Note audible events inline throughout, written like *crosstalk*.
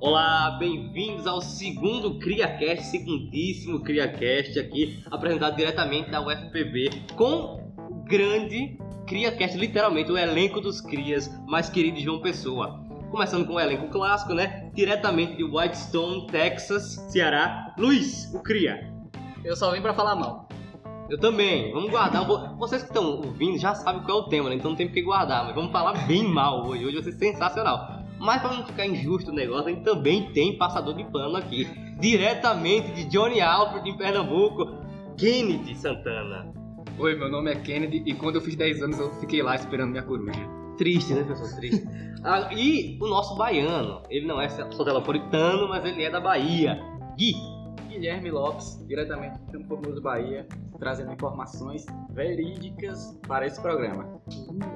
Olá, bem-vindos ao segundo CriaCast, segundíssimo CriaCast aqui, apresentado diretamente da UFPB com o grande CriaCast, literalmente o elenco dos crias mais querido de João Pessoa. Começando com o elenco clássico, né? Diretamente de Whitestone, Texas, Ceará, Luiz, o Cria. Eu só vim pra falar mal. Eu também. Vamos guardar. Eu vou- Vocês que estão ouvindo já sabem qual é o tema, né? Então não tem porque guardar. Mas vamos falar bem mal hoje. Hoje vai ser sensacional. Mas pra não ficar injusto o negócio, a gente também tem passador de pano aqui. Diretamente de Johnny Alfred, em Pernambuco, Kennedy Santana. Oi, meu nome é Kennedy e quando eu fiz 10 anos eu fiquei lá esperando minha coruja. Triste, né, pessoal? Triste. Ah, e o nosso baiano. Ele não é sotelaforitano, mas ele é da Bahia. Gui. Guilherme Lopes, diretamente do Campo Formoso, Bahia, trazendo informações verídicas para esse programa.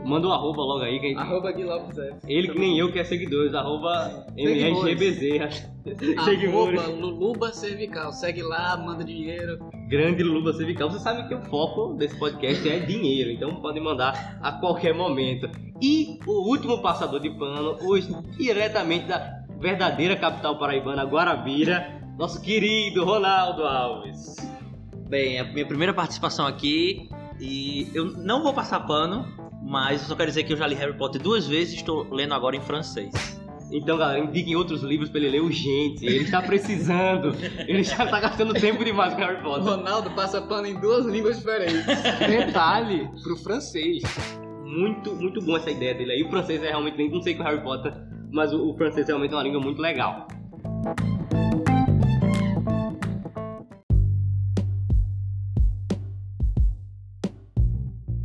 Manda um arroba logo aí que a gente... Arroba Gui Lopes F. Ele que nem eu que é seguidores, arroba Seguidores. MRGBZ. seguidores. Arroba Luluba Cervical. Segue lá, manda dinheiro. Grande Luba Cervical, você sabe que o foco desse podcast é dinheiro, então podem mandar a qualquer momento. E o último passador de pano, hoje diretamente da verdadeira capital paraibana, Guarabira, nosso querido Ronaldo Alves. Bem, é a minha primeira participação aqui e eu não vou passar pano, mas eu só quero dizer que eu já li Harry Potter duas vezes e estou lendo agora em francês. Então, galera, indiquem outros livros pra ele ler urgente, ele está precisando, ele já está gastando tempo demais com Harry Potter. Ronaldo passa pano em duas línguas diferentes. Detalhe pro francês. Muito, muito bom essa ideia dele aí. O francês é realmente, nem- não sei com Harry Potter, mas o, o francês realmente é uma língua muito legal.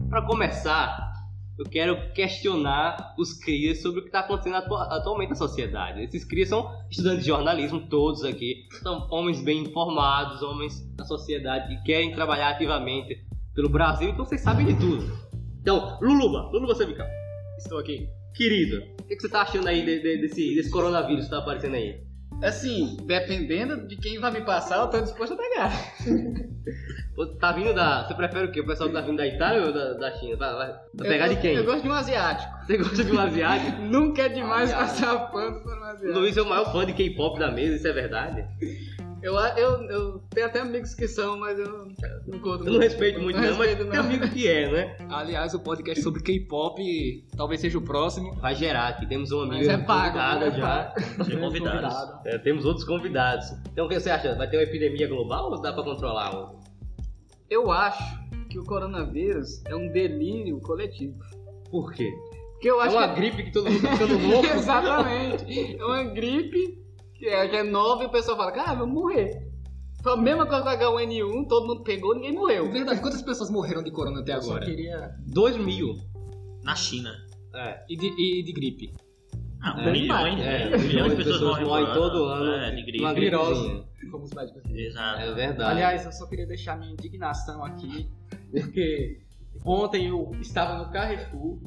Pra começar, eu quero questionar os crias sobre o que está acontecendo atua- atualmente na sociedade. né? Esses crias são estudantes de jornalismo, todos aqui. São homens bem informados, homens da sociedade que querem trabalhar ativamente pelo Brasil, então vocês sabem de tudo. Então, Luluba, Luluba Cervical, Estou aqui. querido, o que, que você tá achando aí de- de- desse, desse coronavírus que tá aparecendo aí? Assim, dependendo de quem vai me passar, eu tô disposto a pegar. Pô, Tá vindo da. Você prefere o quê? O pessoal que tá vindo da Itália ou da, da China? Vai, vai. Vai Eu pegar gosto- de quem? Eu gosto de um asiático. Você gosta de um *laughs* asiático? Nunca é demais Aliás. passar pano para um asiático. Luiz é o maior fã de K-pop da mesa, isso é verdade? Eu, eu, eu tenho até amigos que são, mas eu não curto. Eu não respeito muito, não, mas respeito, tem amigo que é, né? um- Aliás, o podcast sobre K-pop talvez seja o próximo. Vai gerar aqui, temos uma Mas amiga é pago. convidada é já. pago. Tem convidados. É, temos outros convidados. Então o que você acha? Vai ter uma epidemia global ou dá pra controlar? Eu acho que o coronavírus é um delírio coletivo. Por quê? Porque eu É acho uma que. é gripe que todo mundo tá ficando *laughs* louco? Exatamente. É uma gripe que é, que é nova e o pessoal fala, cara, vamos morrer. Foi a mesma coisa com H1N1, todo mundo pegou, ninguém morreu. Verdade, quantas pessoas morreram de corona até agora? queria. Dois mil. Na China. É. E de, e de gripe? Ah, É, um milhões, é, milhões de pessoas, morrem por todo ano. É, de gripe. Uma gripezinha. Como os médicos. Exato. É verdade. Aliás, eu só queria deixar minha indignação aqui, porque ontem eu estava no Carrefour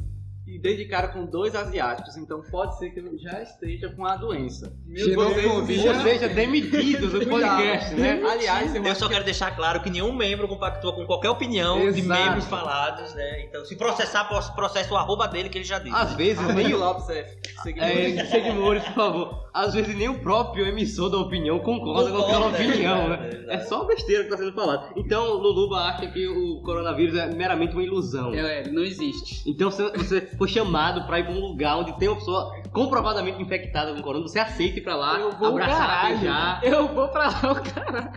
e dei de cara com dois asiáticos, então pode ser que eu já esteja com a doença. Xenofobia. Ou seja, demitidos do podcast, né? Aliás, é eu Eu só quero deixar claro que nenhum membro compactua com qualquer opinião de Exato. membros falados, né? Então, se processar, posso- processa o arroba dele que ele já disse. Às vezes nem o. Lopes é É, seguidores, por favor. Às vezes nem o próprio emissor da opinião concorda com aquela Concorda, opinião, né? exato. É só besteira que tá sendo falado. Então, Luluba acha que o coronavírus é meramente uma ilusão. ele não existe. Então, se você for chamado pra ir pra um lugar onde tem uma pessoa comprovadamente infectada com corona, você aceita ir pra lá, Eu vou abraçar, caralho. beijar. Eu vou pra lá, o cara.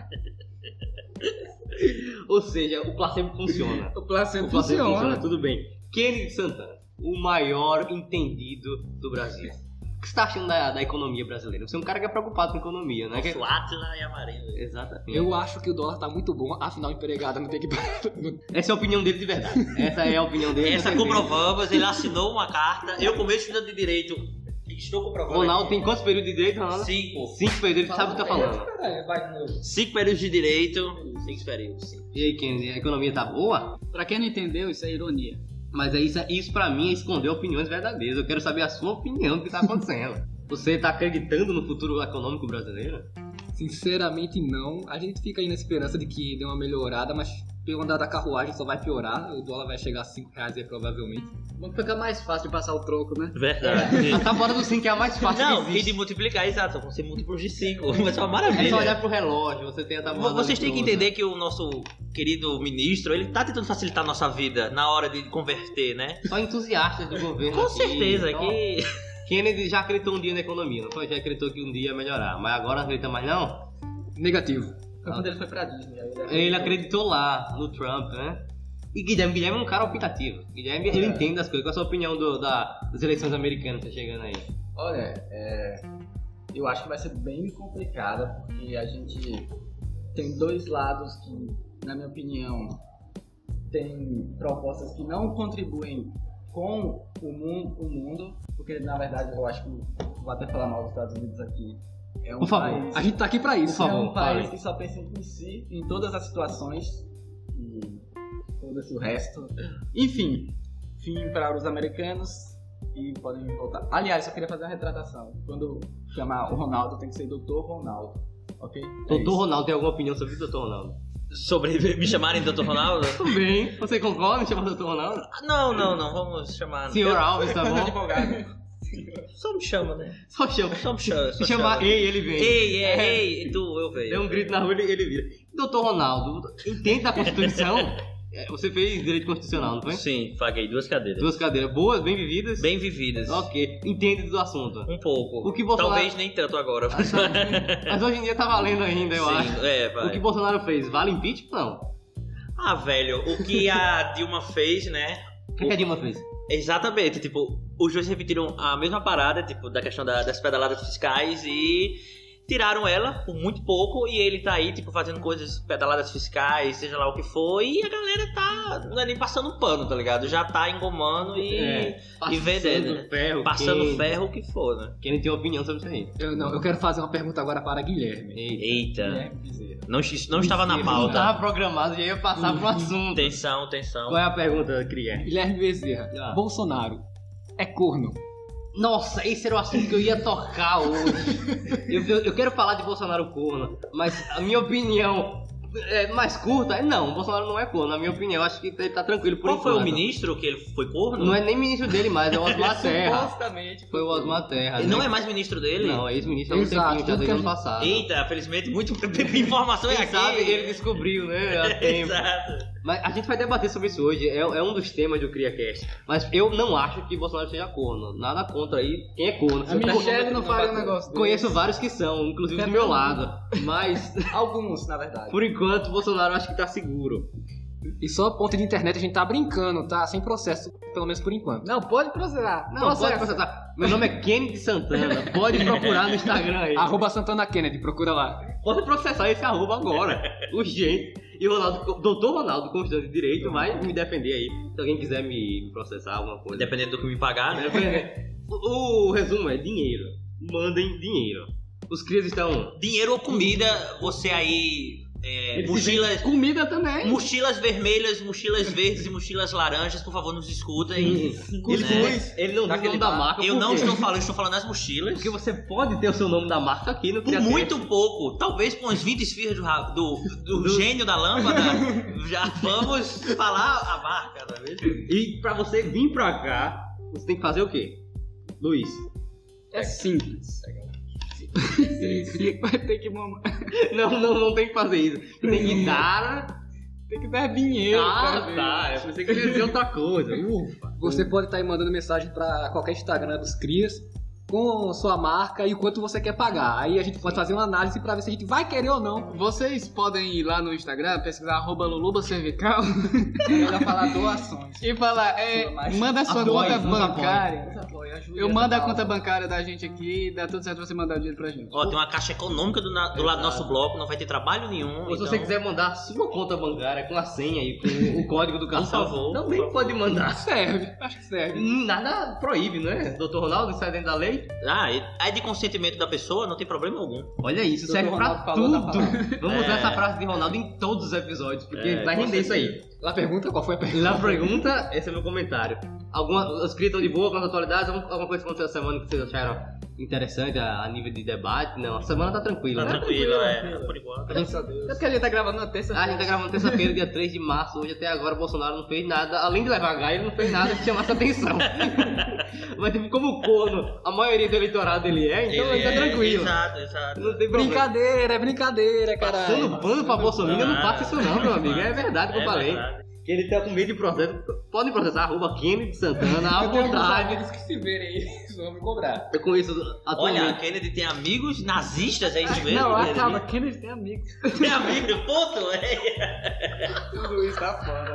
Ou seja, o placebo funciona. O placebo O passeio funciona. funciona, tudo bem. Kennedy Santana, o maior entendido do Brasil. O que você está achando da, da economia brasileira? Você é um cara que é preocupado com economia, né? Que... O Atila e Amarelo. Exatamente. Eu acho que o dólar tá muito bom, afinal empregada não tem que... Essa é a opinião dele de *laughs* verdade. Essa é a opinião dele. Essa não tem jeito. comprovamos, ele assinou uma carta. Eu, como estudante de direito, estou comprovando. Ronaldo aqui. tem quantos períodos de direito, Ronaldo? Cinco. Cinco períodos, ele sabe o que tá falando. É, Cinco períodos de direito. Cinco períodos, sim. E aí, Kennedy, a economia tá boa? Pra quem não entendeu, isso é ironia. Mas é isso, isso pra mim é esconder opiniões verdadeiras. Eu quero saber a sua opinião do que tá *laughs* acontecendo. Você tá acreditando no futuro econômico brasileiro? Sinceramente não, a gente fica aí na esperança de que dê uma melhorada, mas pelo andar da carruagem só vai piorar, o dólar vai chegar a 5 reais aí provavelmente. Vamos ficar mais fácil de passar o troco, né? *laughs* Verdade. A fora do sim que é a mais fácil Não, que e existe. de multiplicar, exato, vão ser múltiplos de 5. *laughs* Vai ser uma É só maravilha. olhar pro relógio, você tem a Vo- tabuada Vocês têm que eletrônica. entender que o nosso querido ministro, ele tá tentando facilitar a nossa vida na hora de converter, né? Só entusiastas do governo. Com aqui, certeza só- que. então, *laughs* Kennedy já acreditou um dia na economia, não foi? Já acreditou que um dia ia melhorar, mas agora não acredita mais não? Negativo. Foi Quando ele foi pra Disney. aí Ele acreditou lá, no Trump, né? E Guilherme, Guilherme é um cara opinativo. Guilherme, ele entende as coisas. Qual a sua opinião do- da- das eleições americanas que tá chegando aí? Olha, é, eu acho que vai ser bem complicada, porque a gente tem dois lados que, na minha opinião, tem propostas que não contribuem com o mundo, o mundo porque na verdade eu acho que vou até falar mal dos Estados Unidos aqui. É um Por favor, país, A gente tá aqui pra isso. Por é favor, um país fale. que só pensa em si, em todas as situações e todo esse resto. Enfim, Fim para os americanos e podem voltar. Aliás, só queria fazer uma retratação. Quando chamar o Ronaldo, tem que ser Doutor Ronaldo, ok? Doutor Ronaldo tem alguma opinião sobre o Doutor Ronaldo? Sobre me chamarem Dr. Ronaldo? Ah, Tudo bem, você concorda em chamar Doutor Ronaldo? Não, não, não, vamos chamar. né? Senhor Alves, tá bom? advogado. Só me chama, né? Só chama. Só me chama. Se Só chamar chama. ei, ele vem. Ei, ei, ei, tu, eu Deu vejo. um grito na rua, ele, ele vira. Doutor Ronaldo, entende da Constituição? É, Você fez direito constitucional, não foi? Sim, paguei duas cadeiras. Duas cadeiras boas, bem vividas? Bem vividas. Ok, entende do assunto. Um pouco. O que Bolsonaro- Talvez nem tanto agora. Mas, mas hoje em dia tá valendo ainda, eu Sim, acho. É, vai. O que Bolsonaro fez? Vale impeachment? Não. Ah, velho, o que a Dilma fez, né? O que a Dilma fez? Exatamente, tipo, os dois repetiram a mesma parada, tipo, da questão da- das pedaladas fiscais e tiraram ela por muito pouco e ele tá aí, tipo, fazendo coisas, pedaladas fiscais, seja lá o que for, e a galera tá, não é nem passando pano, tá ligado? Já tá engomando e, É. e vendendo, né? Passando ferro. Passando quem- ferro, o que for, né? Quem tem opinião sobre isso aí? Eu não, eu quero fazer uma pergunta agora para Guilherme. Ei. Eita, Guilherme Bezerra. É. não, isso não estava na Não pauta. tava programado, já ia passar *laughs* pro assunto. Tensão, tensão. Qual é a pergunta, Cria? Guilherme Bezerra, Ah. Bolsonaro é corno. Nossa, esse era o assunto que eu ia tocar hoje. eu, eu- eu quero falar de Bolsonaro corno, mas a minha opinião é mais curta é não, Bolsonaro não é corno, na minha opinião. Acho que ele tá tranquilo por Qual foi o enquanto. ministro que ele foi corno? Não é nem ministro dele mais, é o Osmar Terra. Supostamente. Foi o Osmar Terra. né? Ele não é mais ministro dele? Não, é ex-ministro há um Exato, tempinho, já desde tudo que o a ano gente- passado. Eita, felizmente, muito *laughs* informação é Quem aqui. sabe ele *laughs* descobriu, né? há tempo. Exato. Mas a gente vai debater sobre isso hoje, é, é um dos temas do CriaCast. Mas eu não acho que Bolsonaro seja corno. Nada contra aí quem é corno. A minha Eu chefe não faria um negócio desse. Conheço vários que são, inclusive É do meu lado. Mas, *laughs* Alguns, na verdade. por enquanto, Bolsonaro acho que tá seguro. E só a ponta de internet a gente tá brincando, tá? Sem processo, pelo menos por enquanto. Não, pode processar. é- Não, pode processar. Meu nome é Kennedy Santana. Pode procurar no Instagram aí. Arroba Santana Kennedy, procura lá. Pode processar esse arroba agora. Urgente. E o Ronaldo, doutor Ronaldo Constante de Direito vai me defender aí. Se alguém quiser me processar, alguma coisa. Dependendo do que me pagar, né? O, o resumo é dinheiro. Mandem dinheiro. Os crias estão. Dinheiro ou comida, você aí. é, Eles mochilas, Comida também. mochilas vermelhas, mochilas verdes e mochilas laranjas, por favor, nos escutem. Ele, Né? ele não diz o Daquele nome da bar. marca. Eu por não quê? estou falando, eu estou falando das mochilas. Porque você pode ter o seu nome da marca aqui no Por Criacast. muito pouco, talvez com uns 20 esfirras do, ra- do, do gênio *laughs* da lâmpada, já vamos falar a marca, tá vendo? E pra você vir pra cá, você tem que fazer o quê? Luiz. É simples. Vai ter que mamar. *laughs* Não, não, não tem que fazer isso. Tem que *laughs* dar. Tem que dar dinheiro. pra ah, ver. tá. Eu pensei que ia dizer outra *laughs* coisa. Ufa. Você pode estar aí mandando mensagem pra qualquer Instagram dos Crias com sua marca e o quanto você quer pagar. Aí a gente pode fazer uma análise pra ver se a gente vai querer ou não. Vocês podem ir lá no Instagram, pesquisar arroba Luluba Cervical Melhor falar doações. *laughs* e falar, é, manda a sua Apoie, conta nos apoie. bancária. Apoio, ajude Eu essa mando a causa. conta bancária da gente aqui, dá tudo certo você mandar o dinheiro pra gente. Ó, tem uma caixa econômica do, na- do lado do nosso bloco, não vai ter trabalho nenhum. Ou se então, você quiser mandar a sua conta bancária com a senha e *laughs* com o código do cartão, favor, também por favor. pode mandar. Serve, acho que serve. Nada proíbe, não é? Doutor Ronaldo, isso é dentro da lei? Ah, e- é de consentimento da pessoa, não tem problema algum. Olha isso, Doutor serve Ronaldo pra falou tudo. da palavra. Vamos É. usar essa frase de Ronaldo em todos os episódios, porque É, vai com render certeza. isso Lá pergunta qual foi a pergunta. aí. Na pergunta, esse é meu comentário. Alguma, os críticos de boa com as atualidades, alguma alguma coisa que aconteceu essa semana que vocês acharam interessante a, a nível de debate. Não, a semana tá tranquila, Tá né? tranquilo, é. Por enquanto. Graças a Deus. É porque a gente tá gravando na terça. A gente tá gravando terça-feira, dia 3 de março. Hoje até agora o Bolsonaro não fez nada. Além de levar a gaia, ele não fez nada que chamasse *laughs* atenção. Mas tipo, como corno, a maioria do eleitorado ele é, então ele, tá é- tranquilo. Exato, exato. Não tem problema. Brincadeira, é brincadeira, caralho. tá Passando pano pra Bolsonaro, eu não passa isso não, meu Não, amigo. É verdade que eu Ah, É falei. verdade. Que ele tá com medo de processo. Podem processar, arroba Kennedy Santana, à Eu tenho alguns vontade. amigos que se *laughs* verem isso, vão me cobrar. Eu conheço É atualmente. ah, Olha, a Kennedy tem amigos *laughs* nazistas, é isso mesmo? Não, Kennedy? acaba, Kennedy tem amigos. *laughs* Tem amigo, ponto, é. tá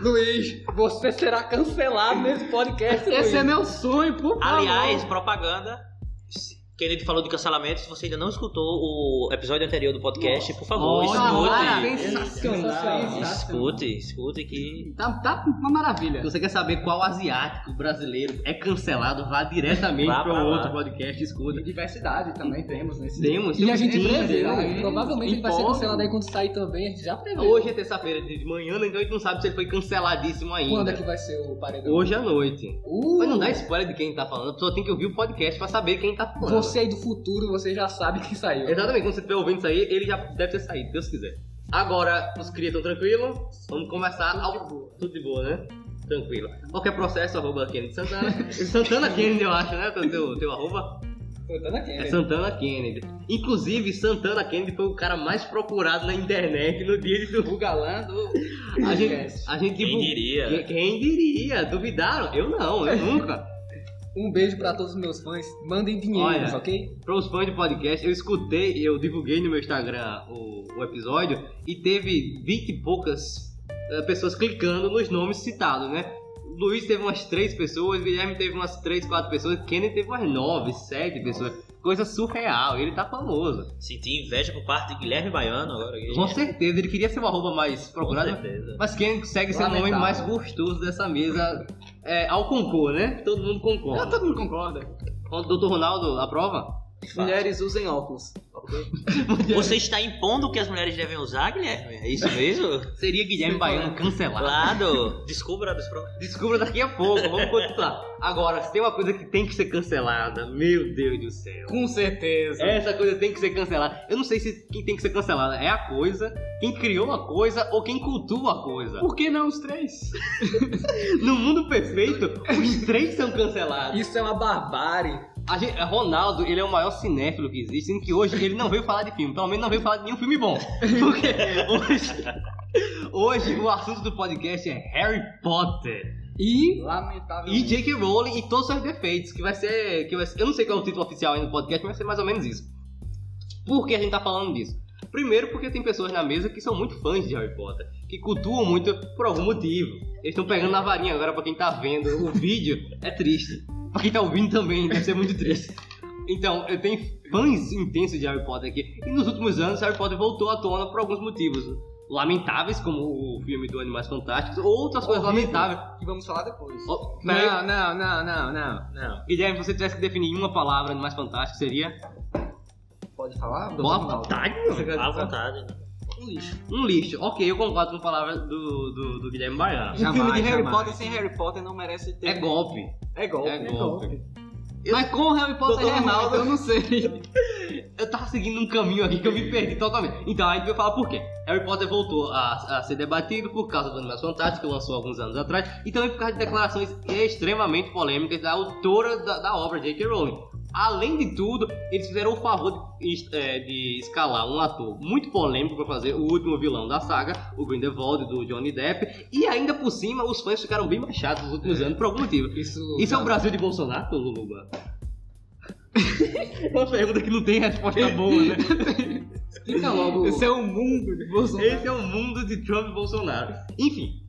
Luiz, você será cancelado nesse podcast, Luiz. Esse é meu sonho, por favor. Aliás, propaganda. Se- Kennedy falou de cancelamento. Se você ainda não escutou o episódio anterior do podcast, por favor, Olha, escute. é sensacional. Escute, escute que. Tá, tá uma maravilha. Se você quer saber qual asiático brasileiro é cancelado, vá diretamente Vá para pra lá. outro podcast, escuta. E diversidade também temos nesse Temos, E a temos gente sim, prevê, temos. né? provavelmente ele vai ser Empolga. cancelado aí quando sair também, a gente já prevê. Hoje é terça-feira de manhã, né? então a gente não sabe se ele foi canceladíssimo Quando é ainda. que vai ser o paredão? Hoje à noite. Uh, Mas não dá spoiler de quem tá falando, a pessoa tem que ouvir o podcast pra saber quem tá falando. Você aí do futuro, você já sabe quem saiu. Exatamente, quando você estiver ouvindo isso aí, ele já deve ter saído, Deus quiser. Agora, os crias estão tranquilos, vamos conversar tudo ao... De boa. Tudo de boa, né? Tranquilo. Qualquer processo, arroba Kennedy Santana. *laughs* Santana Kennedy, eu acho, né? Teu, teu, teu arroba? Santana É Kennedy. Santana Kennedy. Inclusive, Santana Kennedy foi o cara mais procurado na internet no dia de do... *laughs* Bugalando. A gente, a gente Quem divulgou- diria? Quem, quem diria? Duvidaram? Eu não, eu nunca. Um beijo pra todos os meus fãs. Mandem dinheiros, Olha. ok? Para os fãs de podcast, eu escutei, eu divulguei no meu Instagram o, o episódio e teve 20 e poucas eh, pessoas clicando nos nomes citados, né? Luiz teve umas 3 pessoas, Guilherme teve umas 3, 4 pessoas, Kennedy teve umas 9, 7 pessoas. Coisa surreal, ele tá famoso. Senti inveja por parte de Guilherme Baiano agora. Com certeza, ele queria ser uma roupa mais Com procurada, certeza. mas Kennedy segue sendo o Lamentável. homem mais gostoso dessa mesa é, ao concor, né? Todo mundo Ah, concorda. todo mundo concorda. Doutor Ronaldo, aprova? Mulheres usem óculos. Você está impondo o que as mulheres devem usar, Guilherme? É isso mesmo? Seria Guilherme Baiano cancelado. Claro. Descubra dos pro- Descubra daqui a pouco, vamos continuar. Agora, se tem uma coisa que tem que ser cancelada, meu Deus do céu. Com certeza. Essa coisa tem que ser cancelada. Eu não sei se quem tem que ser cancelada é a coisa, quem criou a coisa ou quem cultua a coisa. Por que não os três? No mundo perfeito, os três são cancelados. Isso é uma barbárie. A gente- Ronaldo, ele é o maior cinéfilo que existe, sendo que hoje ele não veio falar de filme. Pelo menos não veio falar de nenhum filme bom. Porque hoje, hoje o assunto do podcast é Harry Potter. E E Lamentavelmente. J.K. Rowling e todos os seus defeitos, que vai ser. Que vai ser- eu não sei qual é o título oficial ainda do podcast, mas vai ser mais ou menos isso. Por que a gente tá falando disso? Primeiro, porque tem pessoas na mesa que são muito fãs de Harry Potter, que cultuam muito por algum motivo. Eles estão pegando na varinha agora, pra quem tá vendo o *laughs* vídeo, é triste. Pra quem tá ouvindo também, deve ser muito triste. Então, eu tenho fãs intensos de Harry Potter aqui. E nos últimos anos, Harry Potter voltou à tona por alguns motivos. Lamentáveis, como o filme do Animais Fantásticos, outras coisas lamentáveis. E vamos falar depois. Oh, peraí, Não, é não, não, não, não. Não. Guilherme, se você tivesse que definir uma palavra mais fantástica, seria? Pode falar? Boa Dona Ronaldo? vontade, À vontade. né? Um lixo. Ok, eu concordo com a palavra do, do, do Guilherme Baiano. *laughs* Jamais, um filme de Harry jamais. Potter sem Harry Potter não merece ter. É golpe. É golpe. É golpe. Mas com o Harry Potter Doutor é ruim, Ronaldo. então eu não sei. Eu tava seguindo um caminho aqui que eu me perdi totalmente. Então, a gente vai falar por quê. Harry Potter voltou a, a ser debatido por causa do Animais Fantásticos, que lançou alguns anos atrás, e também por causa de declarações extremamente polêmicas da autora da, da obra, J.K. Rowling. Além de tudo, eles fizeram o favor de, es- é, de escalar um ator muito polêmico para fazer o último vilão da saga, o Grindelwald, do Johnny Depp, e ainda por cima, os fãs ficaram bem machados nos últimos anos por algum motivo. isso. É, Isso é o Brasil de Bolsonaro, Luluba? Uma pergunta que não tem resposta boa, né? Fica Então, logo. Esse é o mundo de *laughs* Bolsonaro. Esse é o mundo de Trump e Bolsonaro. Enfim,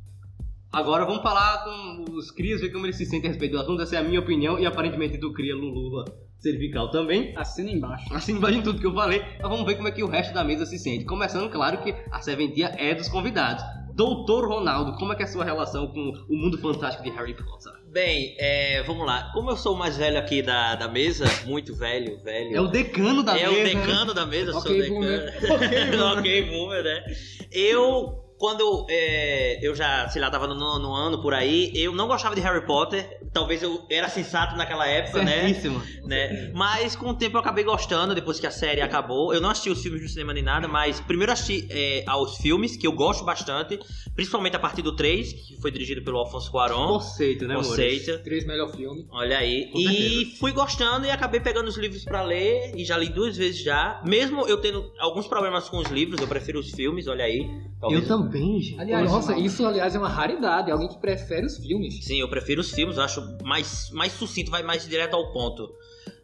agora vamos falar com os crias, ver como eles se sentem a respeito do assunto. Essa é a minha opinião e aparentemente do cria Luluba cervical também. Assina embaixo. Assim, vai em tudo que eu falei, mas vamos ver como é que o resto da mesa se sente. Começando, claro, que a serventia é dos convidados. Doutor Ronaldo, como é que é a sua relação com o mundo fantástico de Harry Potter? Bem, é, vamos lá. Como eu sou o mais velho aqui da, da mesa, muito velho, velho. É o decano da é mesa. o né? *laughs* decano da mesa, sou o *laughs* Ok, decano. ok, boomer, né? Eu quando é, eu já, sei lá, tava no nono ano por aí, eu não gostava de Harry Potter. Talvez eu era sensato naquela época, né? Certíssimo. né? Mas com o tempo eu acabei gostando depois que a série acabou. Eu não assisti os filmes no cinema nem nada, mas primeiro assisti é, aos filmes, que eu gosto bastante, principalmente a partir do 3, que foi dirigido pelo Alfonso Cuarón. Conceito, né, amor? Conceito. Três melhor filme. Olha aí. Com E fui gostando e acabei pegando os livros pra ler e já li duas vezes já. Mesmo eu tendo alguns problemas com os livros, eu prefiro os filmes, olha aí. Talvez Eu também, gente. Aliás, nossa, isso aliás é uma raridade. Alguém que prefere os filmes. Sim, eu prefiro os filmes, eu acho mais, mais sucinto, vai mais direto ao ponto.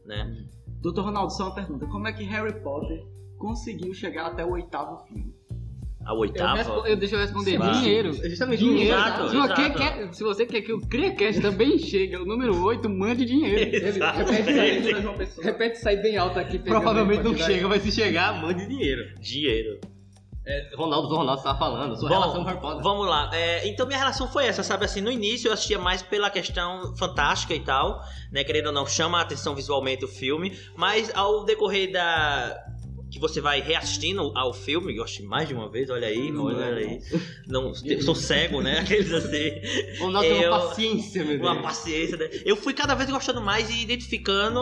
Né? Doutor Ronaldo, só uma pergunta. Como é que Harry Potter conseguiu chegar até o oitavo filme? A Eu oitava. respo- eu- deixa eu responder. Tá Sim. Dinheiro. Justamente Dinheiro. Exato, se, você exato. Quer, se você quer que o CriaCast também chegue ao número 8, *laughs* mande dinheiro. Exatamente. De repente sai bem alto né? aqui. pegando Provavelmente não quantidade. chega, mas se É. chegar, mande dinheiro. Dinheiro. Ronaldo, o Ronaldo estava falando, sua Bom, relação com Harry Potter. Vamos lá. É, então minha relação foi essa, sabe? Assim, no início eu assistia mais pela questão fantástica e tal, né? Querendo ou não, chama a atenção visualmente o filme. Mas ao decorrer da. Que você vai reassistindo ao filme, eu acho mais de uma vez, olha aí, olha aí. Não, sou cego, né? *laughs* Aqueles assim. O Ronaldo tem uma Eu- paciência, meu Uma Deus. paciência, né? Eu fui cada vez gostando mais e identificando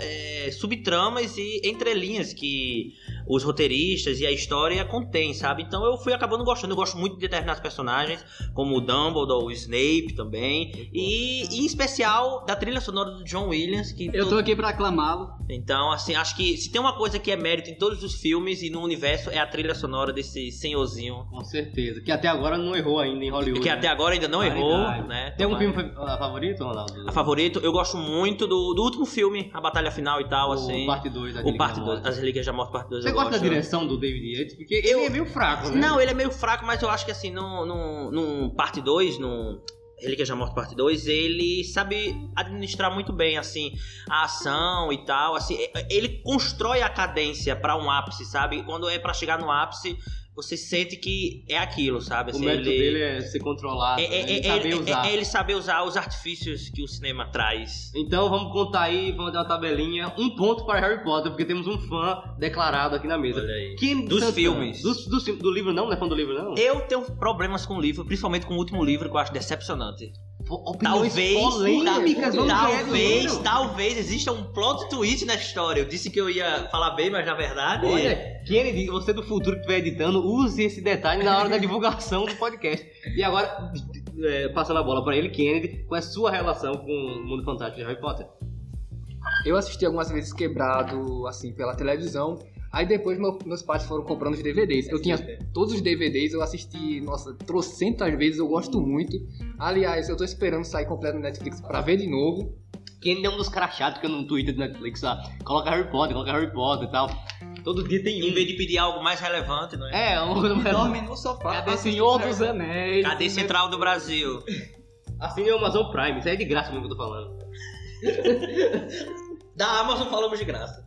é, subtramas e entrelinhas que os roteiristas e a história contém, sabe? Então eu fui acabando gostando. Eu gosto muito de determinados personagens, como o Dumbledore, o Snape também. E, e, em especial da trilha sonora do John Williams, que Eu tu- tô aqui pra aclamá-lo. então, assim, acho que se tem uma coisa que é mérito em todos os filmes e no universo é a trilha sonora desse senhorzinho. Com certeza. Que até agora não errou ainda em Hollywood. Que é até agora ainda não errou, Qualidade. né? Tem um algum Tomara. filme fa- ah, favorito, Ronaldo? A favorito, eu gosto muito do, do último filme, a batalha final e tal, O assim. parte 2 o parte 2, As Relíquias da Morte, parte 2. Você gosta da direção do David Yates? Porque Eu- ele é meio fraco, né? Não, ele é meio fraco, mas eu acho que assim, no, no, no parte 2, no Relíquias da Morte, parte 2, ele sabe administrar muito bem, assim, a ação e tal, assim, e- ele constrói a cadência pra um ápice, sabe? Quando é pra chegar no ápice, você sente que é aquilo, sabe? O Assim, método ele- dele é ser controlado, é, né? é, Ele é- saber é- usar. é ele saber usar os artifícios que o cinema traz. Então vamos contar aí, vamos dar uma tabelinha. Um ponto para Harry Potter, porque temos um fã declarado aqui na mesa. Olha aí. Quem Dos filmes. Dos- dos filmes. do livro não? Não é fã do livro não? Eu tenho problemas com o livro, principalmente com o último livro, que eu acho decepcionante. Opiniões Talvez, polêmicas, tal- vamos ver, talvez, Bruno. talvez exista um plot twist na história. Eu disse que eu ia falar bem, mas na verdade. Olha, Kennedy, você do futuro que estiver editando, use esse detalhe na hora da divulgação do podcast. E agora, é, passando a bola pra ele, Kennedy, qual é a sua relação com o mundo fantástico de Harry Potter? Eu assisti algumas vezes quebrado, assim, pela televisão. Aí depois meu- meus pais foram comprando os DVDs. Eu tinha todos os DVDs, eu assisti, nossa, trocentas vezes, eu gosto muito. Aliás, eu tô esperando sair completo no Netflix pra ver de novo. Kennedy é um dos caras chatos que eu no Twitter do Netflix, ah, coloca Harry Potter, coloca Harry Potter e tal. Todo dia tem Em um. vez de pedir algo mais relevante, não é? É, um Dorme no sofá. Cadê assiste Senhor Harry dos É, Anéis? Cadê Central do Brasil? Assim é o Amazon Prime, isso aí é de graça mesmo que eu tô falando. Da Amazon falamos de graça.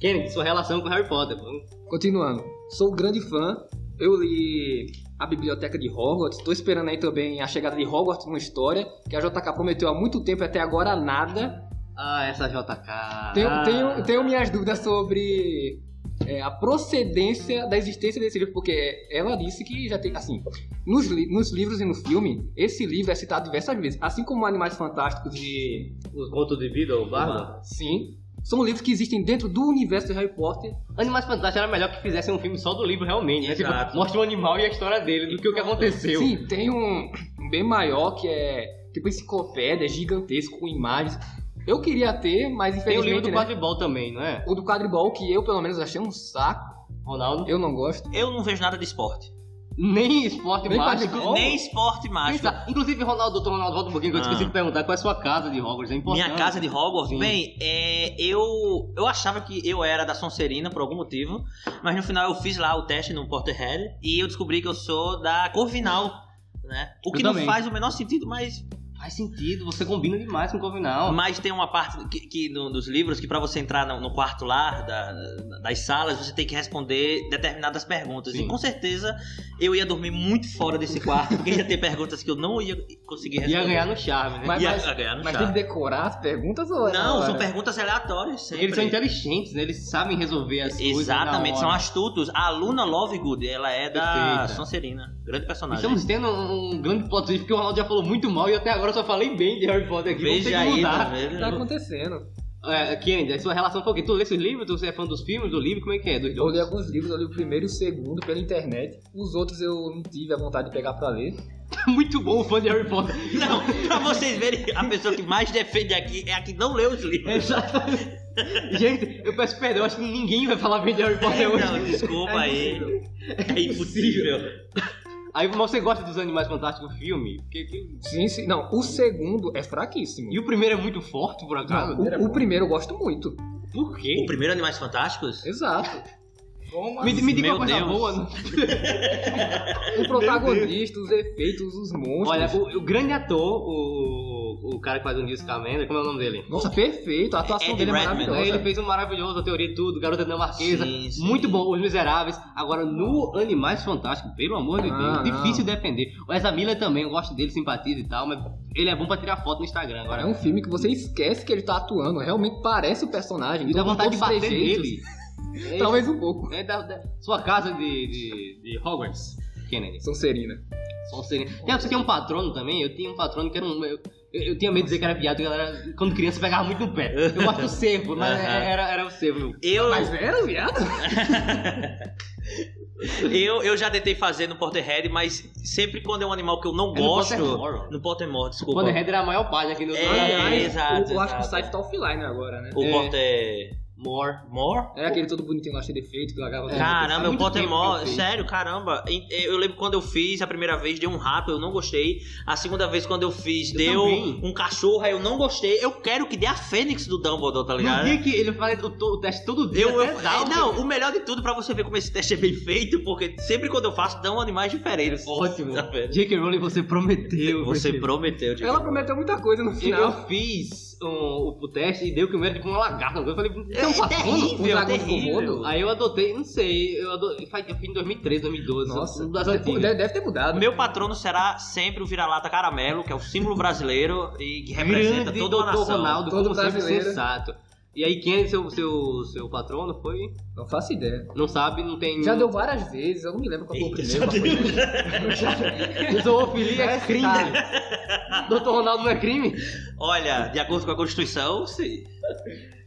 Kennedy, sua relação com Harry Potter. pô. Continuando, sou grande fã. Eu li a biblioteca de Hogwarts. Tô esperando aí também a chegada de Hogwarts numa história que a JK prometeu há muito tempo e até agora nada. Ah, essa JK. Tenho, Ah. tenho, tenho minhas dúvidas sobre é, a procedência da existência desse livro, porque ela disse que já tem. Assim, nos, li- nos livros e no filme, esse livro é citado diversas vezes. Assim como Animais Fantásticos e. O conto de vida, o Barba. Sim. São livros que existem dentro do universo de Harry Potter. Animais Fantásticos era melhor que fizessem um filme só do livro, realmente. Né? Tipo, Exato. mostra o animal e a história dele, do que o que aconteceu. Sim, tem um, um bem maior que é tipo enciclopédia, gigantesco, com imagens. Eu queria ter, mas Tem o livro infelizmente. do né? quadribol também, não é? O do quadribol, que eu pelo menos achei um saco. Ronaldo? Eu não gosto. Eu não vejo nada de esporte. Nem esporte Nem mágico. quadribol. Nem esporte Nem mágico. sa- Inclusive, Ronaldo, doutor Ronaldo, volta um pouquinho que eu Ah. esqueci de perguntar qual é a sua casa de Hogwarts. É importante. Minha casa de Hogwarts, Sim. bem, é, eu eu achava que eu era da Sonserina por algum motivo, mas no final eu fiz lá o teste no Potterhead e eu descobri que eu sou da Corvinal, né? O Eu que não também. faz o menor sentido, mas faz sentido, você combina demais com o Corvinal. Mas tem uma parte que, que no- dos livros que pra você entrar no, no quarto lá da- da- das salas, você tem que responder determinadas perguntas. Sim. E com certeza eu ia dormir muito fora desse quarto, porque ia ter perguntas que eu não ia conseguir responder. Ia ganhar no charme, né? Mas- Ia ganhar no Mas chá. tem que decorar as perguntas ou é na Não, são hora? perguntas aleatórias sempre. Eles são inteligentes, né? Eles sabem resolver as coisas. na Exatamente, hora. são astutos. A aluna Lovegood, ela é da Perfeita. Sonserina. Grande personagem. Estamos tendo um, um grande plot twist, porque o Ronaldo já falou muito mal e até agora eu só falei bem de Harry Potter aqui. é um Vamos ter Veja que aí, mudar. tá vendo? Tá acontecendo. É, Kendi, a sua relação foi o quê? Tu lê esses livros? Tu é fã dos filmes, do livro? Como é que é? Dos Eu dois? li alguns livros, eu li o primeiro e o segundo pela internet. Os outros eu não tive a vontade de pegar pra ler. *laughs* muito bom o fã de Harry Potter. *laughs* Não, pra vocês verem, a pessoa que mais defende aqui é a que não lê os livros. Exatamente. Gente, eu peço perdão, acho que ninguém vai falar bem de Harry Potter hoje. Não, desculpa aí. É impossível. Aí, mas você gosta dos Animais Fantásticos filme? Porque que- Sim, sim. Não, o segundo é fraquíssimo. E o primeiro é muito forte, por acaso? Não, o, o primeiro é eu gosto muito. Por quê? O primeiro Animais Fantásticos? Exato. Me, me diga uma Meu coisa Deus. boa. não- O protagonista, os efeitos, os monstros. Olha, o, o grande ator, o, o cara que faz o Neil Scamander, como é o nome dele? Nossa, perfeito. A atuação Eddie dele é Redmayne, Aí maravilhosa. Ele fez um maravilhoso, a teoria de tudo, Garota Dinamarquesa. Sim, sim. Muito bom, Os Miseráveis. Agora, no Animais Fantásticos, pelo amor de Deus, Ah, difícil defender. O Ezra Miller também, eu gosto dele, simpatiza e tal, mas ele é bom pra tirar foto no Instagram agora. É um filme que você esquece que ele tá atuando. Realmente parece o personagem. E dá Todo- vontade de todos os bater trejeitos. nele. Talvez um pouco. É da, da- sua casa de, de, de Hogwarts, Kennedy. Sonserina. Só serem. Tem, você tem um patrono também? Eu tinha um patrono que era um. Eu, eu, eu tinha medo de dizer que era viado, porque a galera, quando criança, pegava muito no pé. Eu gosto do sebo, mas *laughs* Aham. era, era o sebo. Eu, era viado? eu, eu já tentei fazer no Potterhead, mas sempre quando é um animal que eu não É no gosto. Pottermore. no Pottermore, desculpa. Quando Red era a maior página aqui no É, Aliás, exato. eu acho que o exato. site tá offline agora, né? O É. Pottermore. More. É aquele todo bonitinho lá, cheio de efeito, que largava... É, faz Caramba, o muito tempo que eu Pottermore, fiz. sério, caramba. E- Eu lembro quando eu fiz a primeira vez, deu um rato, eu não gostei. A segunda vez, quando eu fiz, deu também. um cachorro, aí eu não gostei. Eu quero que dê a Fênix do Dumbledore, tá No ligado? dia que ele faz o, to- o teste todo dia, né? Eu, eu- até dá é, o- não, o melhor de tudo pra você ver como esse teste é bem feito, porque sempre quando eu faço, dão animais diferentes. É Ótimo. Tá vendo? J.K. Rowling, você prometeu. Você prometeu. prometeu, tipo, de Ela prometeu muita coisa no Eu, final. eu fiz um, o, o teste e deu que o mérito com uma lagarta. Eu falei, É, tipo- é um patrono? Um terrível, dragão de terrível. Komodo. Aí eu adotei, não sei, eu adotei, faz- eu fiz em 2013, 2012. Nossa, um é das deve, antigas. deve ter mudado. Meu patrono será sempre o vira-lata caramelo, que é o símbolo brasileiro e que representa Grande toda a Dr. nação. Ronaldo, Todo como sempre brasileiro. sensato. E aí, quem é seu, seu, seu patrono? Foi? Não faço ideia. Não sabe, não tem. Já deu várias vezes, eu não me lembro qual foi o Eita, um primeiro. meu qual foi o último. *laughs* Zoofilia é crime. Doutor Ronaldo não é crime? Olha, de acordo com a Constituição, sim.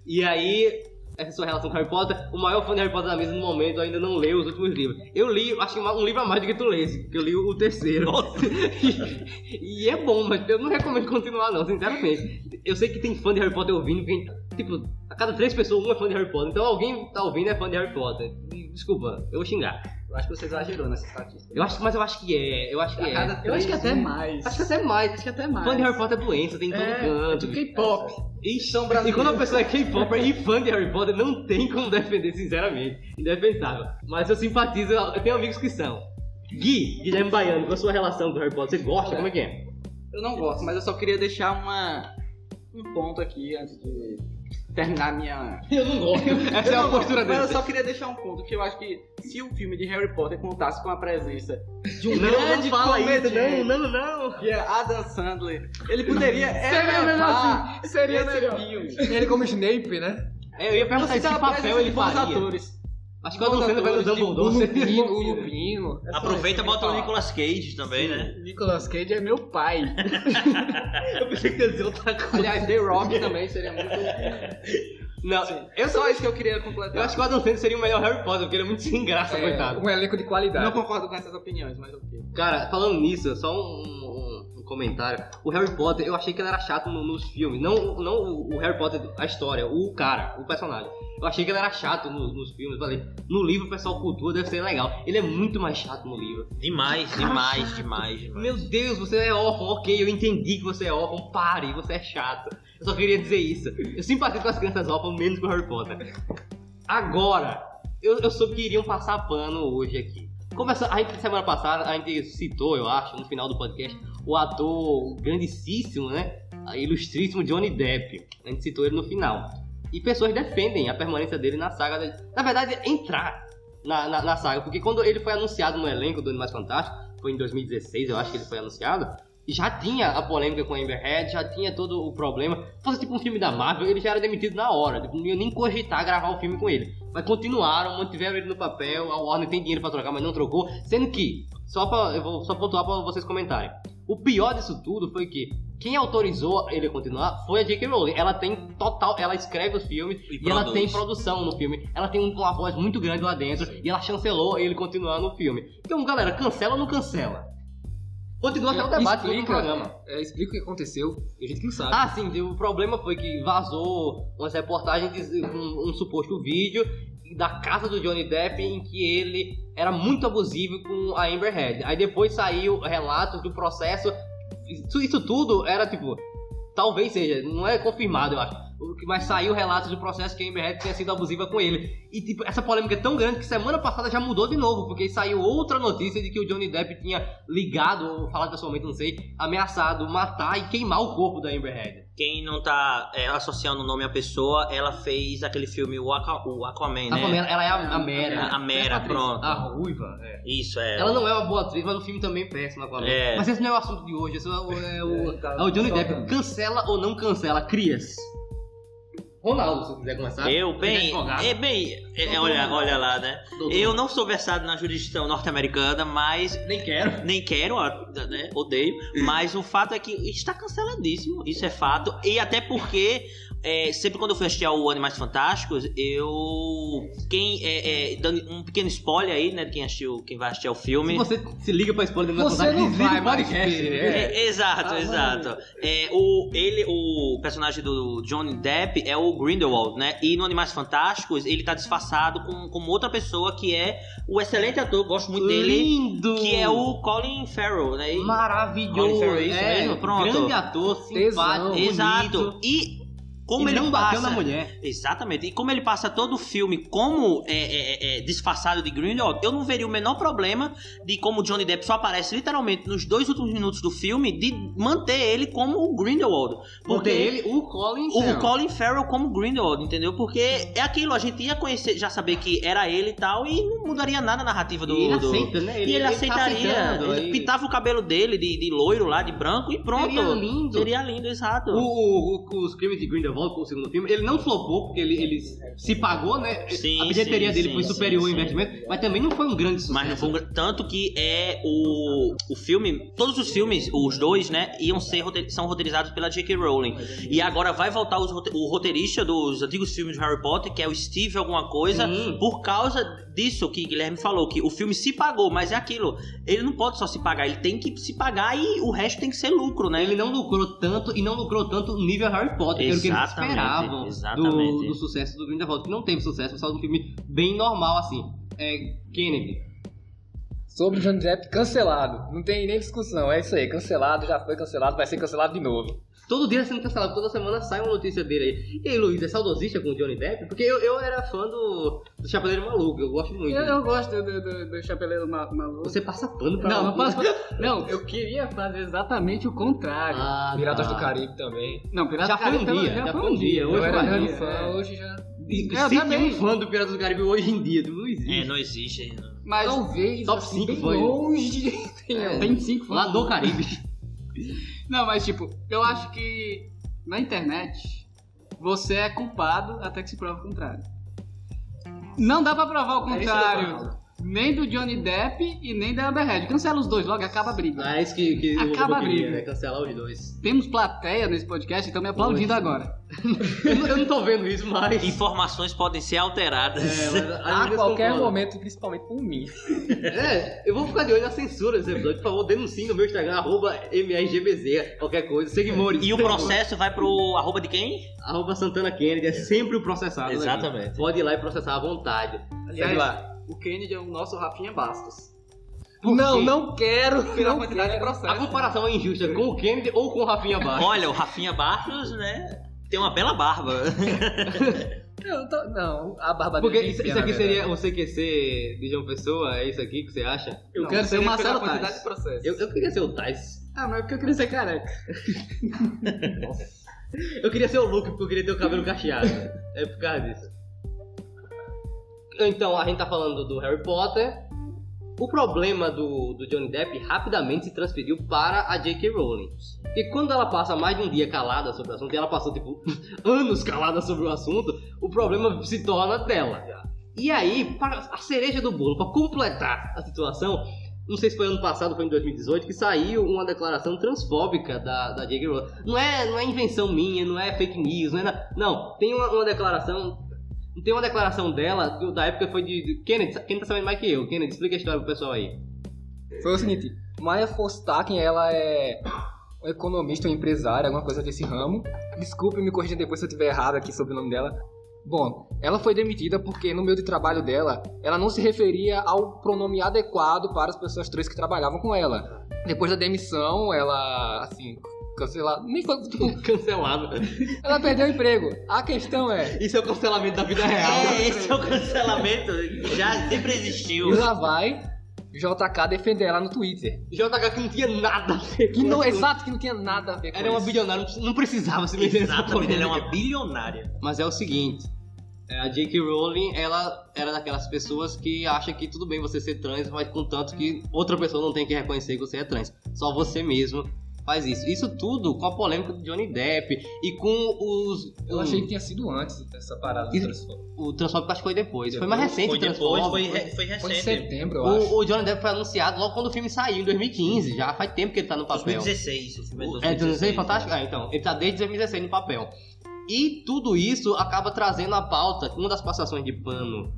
E aí, essa é a sua relação com Harry Potter, o maior fã de Harry Potter da mesa no momento ainda não leu os últimos livros. Eu li, acho que uma- um livro a mais do que tu lesse, porque eu li o terceiro. *laughs* e, e é bom, mas eu não recomendo continuar não, sinceramente. Eu sei que tem fã de Harry Potter ouvindo, porque, tipo, a cada três pessoas, um é fã de Harry Potter. Então alguém tá ouvindo é fã de Harry Potter. E, Desculpa, eu vou xingar. Eu acho que você exagerou nessa estatística. Eu acho, mas eu acho que é, eu acho que A é. cada eu acho que três, até um. mais. Acho que até mais. Acho que até mais. Fã de Harry Potter é doença, tem em todo é canto. tipo K-pop. E, e quando a pessoa é K-Popper e fã de Harry Potter, não tem como defender, sinceramente. Indefensável. Mas eu simpatizo, eu tenho amigos que são. Gui, Guilherme Baiano, qual a sua relação com Harry Potter? Você gosta? Como é que é? Eu não gosto, mas eu só queria deixar uma, um ponto aqui antes de terminar minha. Eu não gosto. *laughs* Essa é Eu a não- postura Mas eu dele. só queria deixar um ponto, que eu acho que se o filme de Harry Potter contasse com a presença de um Não, grande não fala isso, comediante, não, não, não. que é Adam Sandler, ele poderia é Seria elevar É melhor assim. Seria esse melhor. Então, filme. Ele como Snape, né? É, eu ia perguntar Você esse tá a papel presença ele de bons faria. atores. Acho que o Adam Sandler vai no Bons atores, tipo, O Dumbledore. *laughs* Lupino, o seria- Lupino. É Aproveita e bota o Nicolas Cage também, né? Nicolas Cage é meu pai. Eu pensei que ia dizer outra coisa. Aliás, The Rock também seria muito. Não, Eu É só isso que eu queria completar. eu acho que o Adam Sandler seria o melhor Harry Potter, porque ele é muito sem graça, coitado. Um elenco de Não qualidade. concordo com essas opiniões, mas ok. Cara, falando nisso, só um, um- um comentário. O Harry Potter, eu achei que ele era chato no- nos filmes. Não, não o- o Harry Potter, a história, o cara, o personagem. Eu achei que ele era chato no- nos filmes. Falei, no livro, o pessoal cultua deve ser legal. Ele é muito mais chato no livro. Demais, demais, demais, demais. Meu Deus, você é órfão, ok, eu entendi que você é órfão, pare, você é chato. Eu só queria dizer isso. Eu simpatizo com as crianças órfãs, menos com o Harry Potter. Agora, eu, eu soube que iriam passar pano hoje aqui. Começa, a gente, semana passada, a gente citou, eu acho, no final do podcast, o ator grandíssimo, né? Ilustríssimo Johnny Depp. A gente citou ele no final. E pessoas defendem a permanência dele na saga. da- Na verdade, entrar na, na, na saga. Porque quando ele foi anunciado no elenco do Animais Fantásticos, foi em 2016, eu acho que ele foi anunciado. E já tinha a polêmica com a Amber Heard, já tinha todo o problema. Se fosse tipo um filme da Marvel, ele já era demitido na hora. Tipo, não ia nem cogitar gravar o filme com ele. Mas continuaram, mantiveram ele no papel. A Warner tem dinheiro pra trocar, mas não trocou. Sendo que, só pra, eu vou só pontuar pra vocês comentarem. O pior disso tudo foi que quem autorizou ele a continuar foi a J.K. Rowling. Ela tem total, ela escreve os filmes e, E ela produz. tem produção no filme. Ela tem uma voz muito grande lá dentro e ela chancelou ele continuar no filme. Então, galera, cancela ou não cancela? Continua até o debate do programa. é, explica o que aconteceu, a gente não sabe. Ah, sim, o problema foi que vazou umas reportagens diz- com um, suposto vídeo da casa do Johnny Depp em que ele era muito abusivo com a Amber Heard. Aí depois saiu relatos do processo. Isso, isso tudo era tipo. Talvez seja, não é confirmado, eu acho. O que- Mas saiu relatos do processo que a Amber Heard tinha sido abusiva com ele. E tipo, essa polêmica é tão grande que semana passada já mudou de novo, porque saiu outra notícia de que o Johnny Depp tinha ligado, ou falado pessoalmente, não sei, ameaçado matar e queimar o corpo da Amber Heard. Quem não tá é, associando o nome à pessoa, ela fez aquele filme o, Aqua- o Aquaman, A né? Pamela, ela é a, a Mera. A- a Mera, Essa atriz, pronto. A ruiva, é. Isso, é. Ela não é uma boa atriz, mas o filme também é péssimo agora. É. Mas esse não é o assunto de hoje, esse é o, é o, É, tá- é o Johnny só- Depp. Cancela ou não cancela, crias. Ronaldo, se quiser começar. Eu, bem, tá? advogado. é bem, é, é, olha, olha lá, né? Doutor. Eu não sou versado na jurisdição norte-americana, mas nem quero. nem quero, ó, né? Odeio. Mas o fato é que está canceladíssimo. Isso é fato. E até porque é, sempre quando eu fui assistir ao Animais Fantásticos, eu. Quem. é, é, dando um pequeno spoiler aí, né? De quem assistiu, quem vai assistir ao filme. Se você se liga pra spoiler do meu Você contato, não desliga vai o mais podcast. ver, né? É, exato, exato. É, o, ele, o personagem do Johnny Depp é o Grindelwald, né? E no Animais Fantásticos ele tá disfarçado com, como outra pessoa que é o excelente ator, gosto muito dele, Lindo! que é o Colin Farrell, né? E- Maravilhoso. Colin Farrell, isso é, mesmo, pronto. Grande ator, simpático, bonito. exato. E como e ele não bateu passa... na mulher. Exatamente. E como ele passa todo o filme como é, é, é, disfarçado de Grindelwald, eu não veria o menor problema de como o Johnny Depp só aparece literalmente nos dois últimos minutos do filme de manter ele como o Grindelwald. Porque Porque ele, o Colin o Farrell. Colin Farrell como Grindelwald, entendeu? Porque é aquilo, a gente ia conhecer, já saber que era ele e tal, e não mudaria nada a narrativa do. E ele do- aceita, né? E ele, aceitaria. ele pintava o cabelo dele de, de loiro lá, de branco, e pronto. Seria lindo. Seria lindo, exato. O, o- o- os crimes de Grindelwald, com o segundo filme, ele não flopou, porque ele, ele se pagou, né? Sim, a bilheteria sim, dele sim, foi sim, superior ao sim. investimento, mas também não foi um grande sucesso. Mas não foi um gran- Tanto que é o, o filme. Todos os filmes, os dois, né? Iam ser rote- são roteirizados pela J.K. Rowling. E agora vai voltar os rote- o roteirista dos antigos filmes de Harry Potter, que é o Steve alguma coisa. Sim. Por causa disso que Guilherme falou, que o filme se pagou, mas é aquilo. Ele não pode só se pagar, ele tem que se pagar e o resto tem que ser lucro, né? Ele não lucrou tanto e não lucrou tanto nível Harry Potter, que era o que eles Exatamente, esperavam do, exatamente. do sucesso do Grindelwald, que não teve sucesso, foi só um filme bem normal, assim. É, Kennedy. Sobre Johnny Depp cancelado. Não tem nem discussão, é isso aí. Cancelado, já foi cancelado, vai ser cancelado de novo. Todo dia sendo cancelado, toda semana sai uma notícia dele aí. E aí, Luiz, é saudosista com o Johnny Depp? Porque eu, eu era fã do, do Chapeleiro Maluco, eu gosto muito. Eu, eu gosto do, do, do Chapeleiro Ma- Maluco. Você passa pano pra um Não, não maluco. posso. Não, eu queria fazer exatamente o contrário. Ah, Piratas tá. do Caribe também. Não, Pirata Já foi um dia, já foi um dia. Eu Hoje era vai. grande é. fã, hoje já. E- Eu se tem também. um fã do Piratas do Caribe hoje em dia, não existe. É, não existe. não. Mas Talvez. Top assim, 5 bem foi. Longe. *laughs* É. tem cinco fãs. Lá do Caribe. Não, mas tipo, eu acho que na internet você é culpado até que se prove o contrário. Não dá pra provar o É isso que eu contrário. falo. nem do Johnny Depp e nem da Amber Heard. Cancela os dois logo, acaba a briga. Ah, é isso que, que o Lobo Acaba a queria, briga. né? Cancelar os dois. Temos plateia nesse podcast, então me aplaudindo agora. eu não tô vendo isso mais. Informações podem ser alteradas. *laughs* A qualquer momento, principalmente por mim. É, eu vou ficar de olho na censura desse episódio. Por favor, denuncie no meu Instagram, arroba MRGBZ, qualquer coisa. Seguimores. *laughs* E o processo vai pro arroba de quem? Arroba Santana Kennedy é sempre o processado. né, gente? Exatamente. Pode ir lá e processar à vontade. Aliás, lá. o Kennedy é o nosso Rafinha Bastos. Não, não quero. Pela Não quantidade de A processos. comparação é injusta com o Kennedy ou com o Rafinha Barra. Olha, o Rafinha Barros, né? Tem uma bela barba. Eu tô- Não, a barba Porque dele isso, é isso aqui pequena, seria um o CQC de João Pessoa? É isso aqui que você acha? Eu quero ser o uma Marcelo quantidade Tais. de processos. Eu, eu queria ser o Tais. Ah, mas é porque eu queria ser *laughs* careca. Eu queria ser o Luke porque eu queria ter o cabelo cacheado. é por causa disso. Então, a gente tá falando do Harry Potter. O problema do, do Johnny Depp rapidamente se transferiu para a J.K. Rowling. Porque quando ela passa mais de um dia calada sobre o assunto, e ela passou, tipo, *laughs* anos calada sobre o assunto, o problema se torna dela. E aí, para a cereja do bolo, para completar a situação, não sei se foi ano passado, foi em 2018, que saiu uma declaração transfóbica da, da J.K. Rowling. Não é, não é invenção minha, não é fake news, não é nada. Não, tem uma, uma declaração. Tem uma declaração dela, do- da época foi de. de Kennedy, quem tá sabendo mais que eu? Kennedy, explica a história pro pessoal aí. *laughs* Foi o seguinte, Maya Fostaken, ela é um economista, um empresário, alguma coisa desse ramo. Desculpe me corrigir depois se eu tiver errado aqui sobre o nome dela. Bom, ela foi demitida porque no meio de trabalho dela, ela não se referia ao pronome adequado para as pessoas três que trabalhavam com ela. Depois da demissão, ela, assim, cancelada. Nem foi, tipo, Cancelado. ela perdeu o emprego. A questão é, Isso é o cancelamento da vida *laughs* real. É, esse é o cancelamento. Já sempre e existiu. lá vai JK defender ela no Twitter. JH que não tinha nada a ver Que com não, isso. é exato, que não tinha nada a ver com Era uma isso. bilionária, não precisava se meter nessa Exatamente, ela polêmica. é uma bilionária. Mas é o seguinte, é, a J.K. Rowling, ela era daquelas pessoas que acha que tudo bem você ser trans, mas contanto que outra pessoa não tem que reconhecer que você é trans. Só você mesmo faz isso. Isso tudo com a polêmica do Johnny Depp e com os... Eu achei que tinha sido antes essa parada Hum. Isso- do transfóbico. O transfóbico acho que foi depois. Foi mais recente Foi o depois, transfóbico. foi, re- foi Foi em recente. setembro, eu acho. O, o Johnny Depp foi anunciado logo quando o filme saiu, em 2015. Já faz tempo que ele tá no papel. 2016, o filme é É, 2016 2016. fantástico? Ah, então. Ele tá desde 2016 no papel. E tudo isso acaba trazendo a pauta, que uma das passações de pano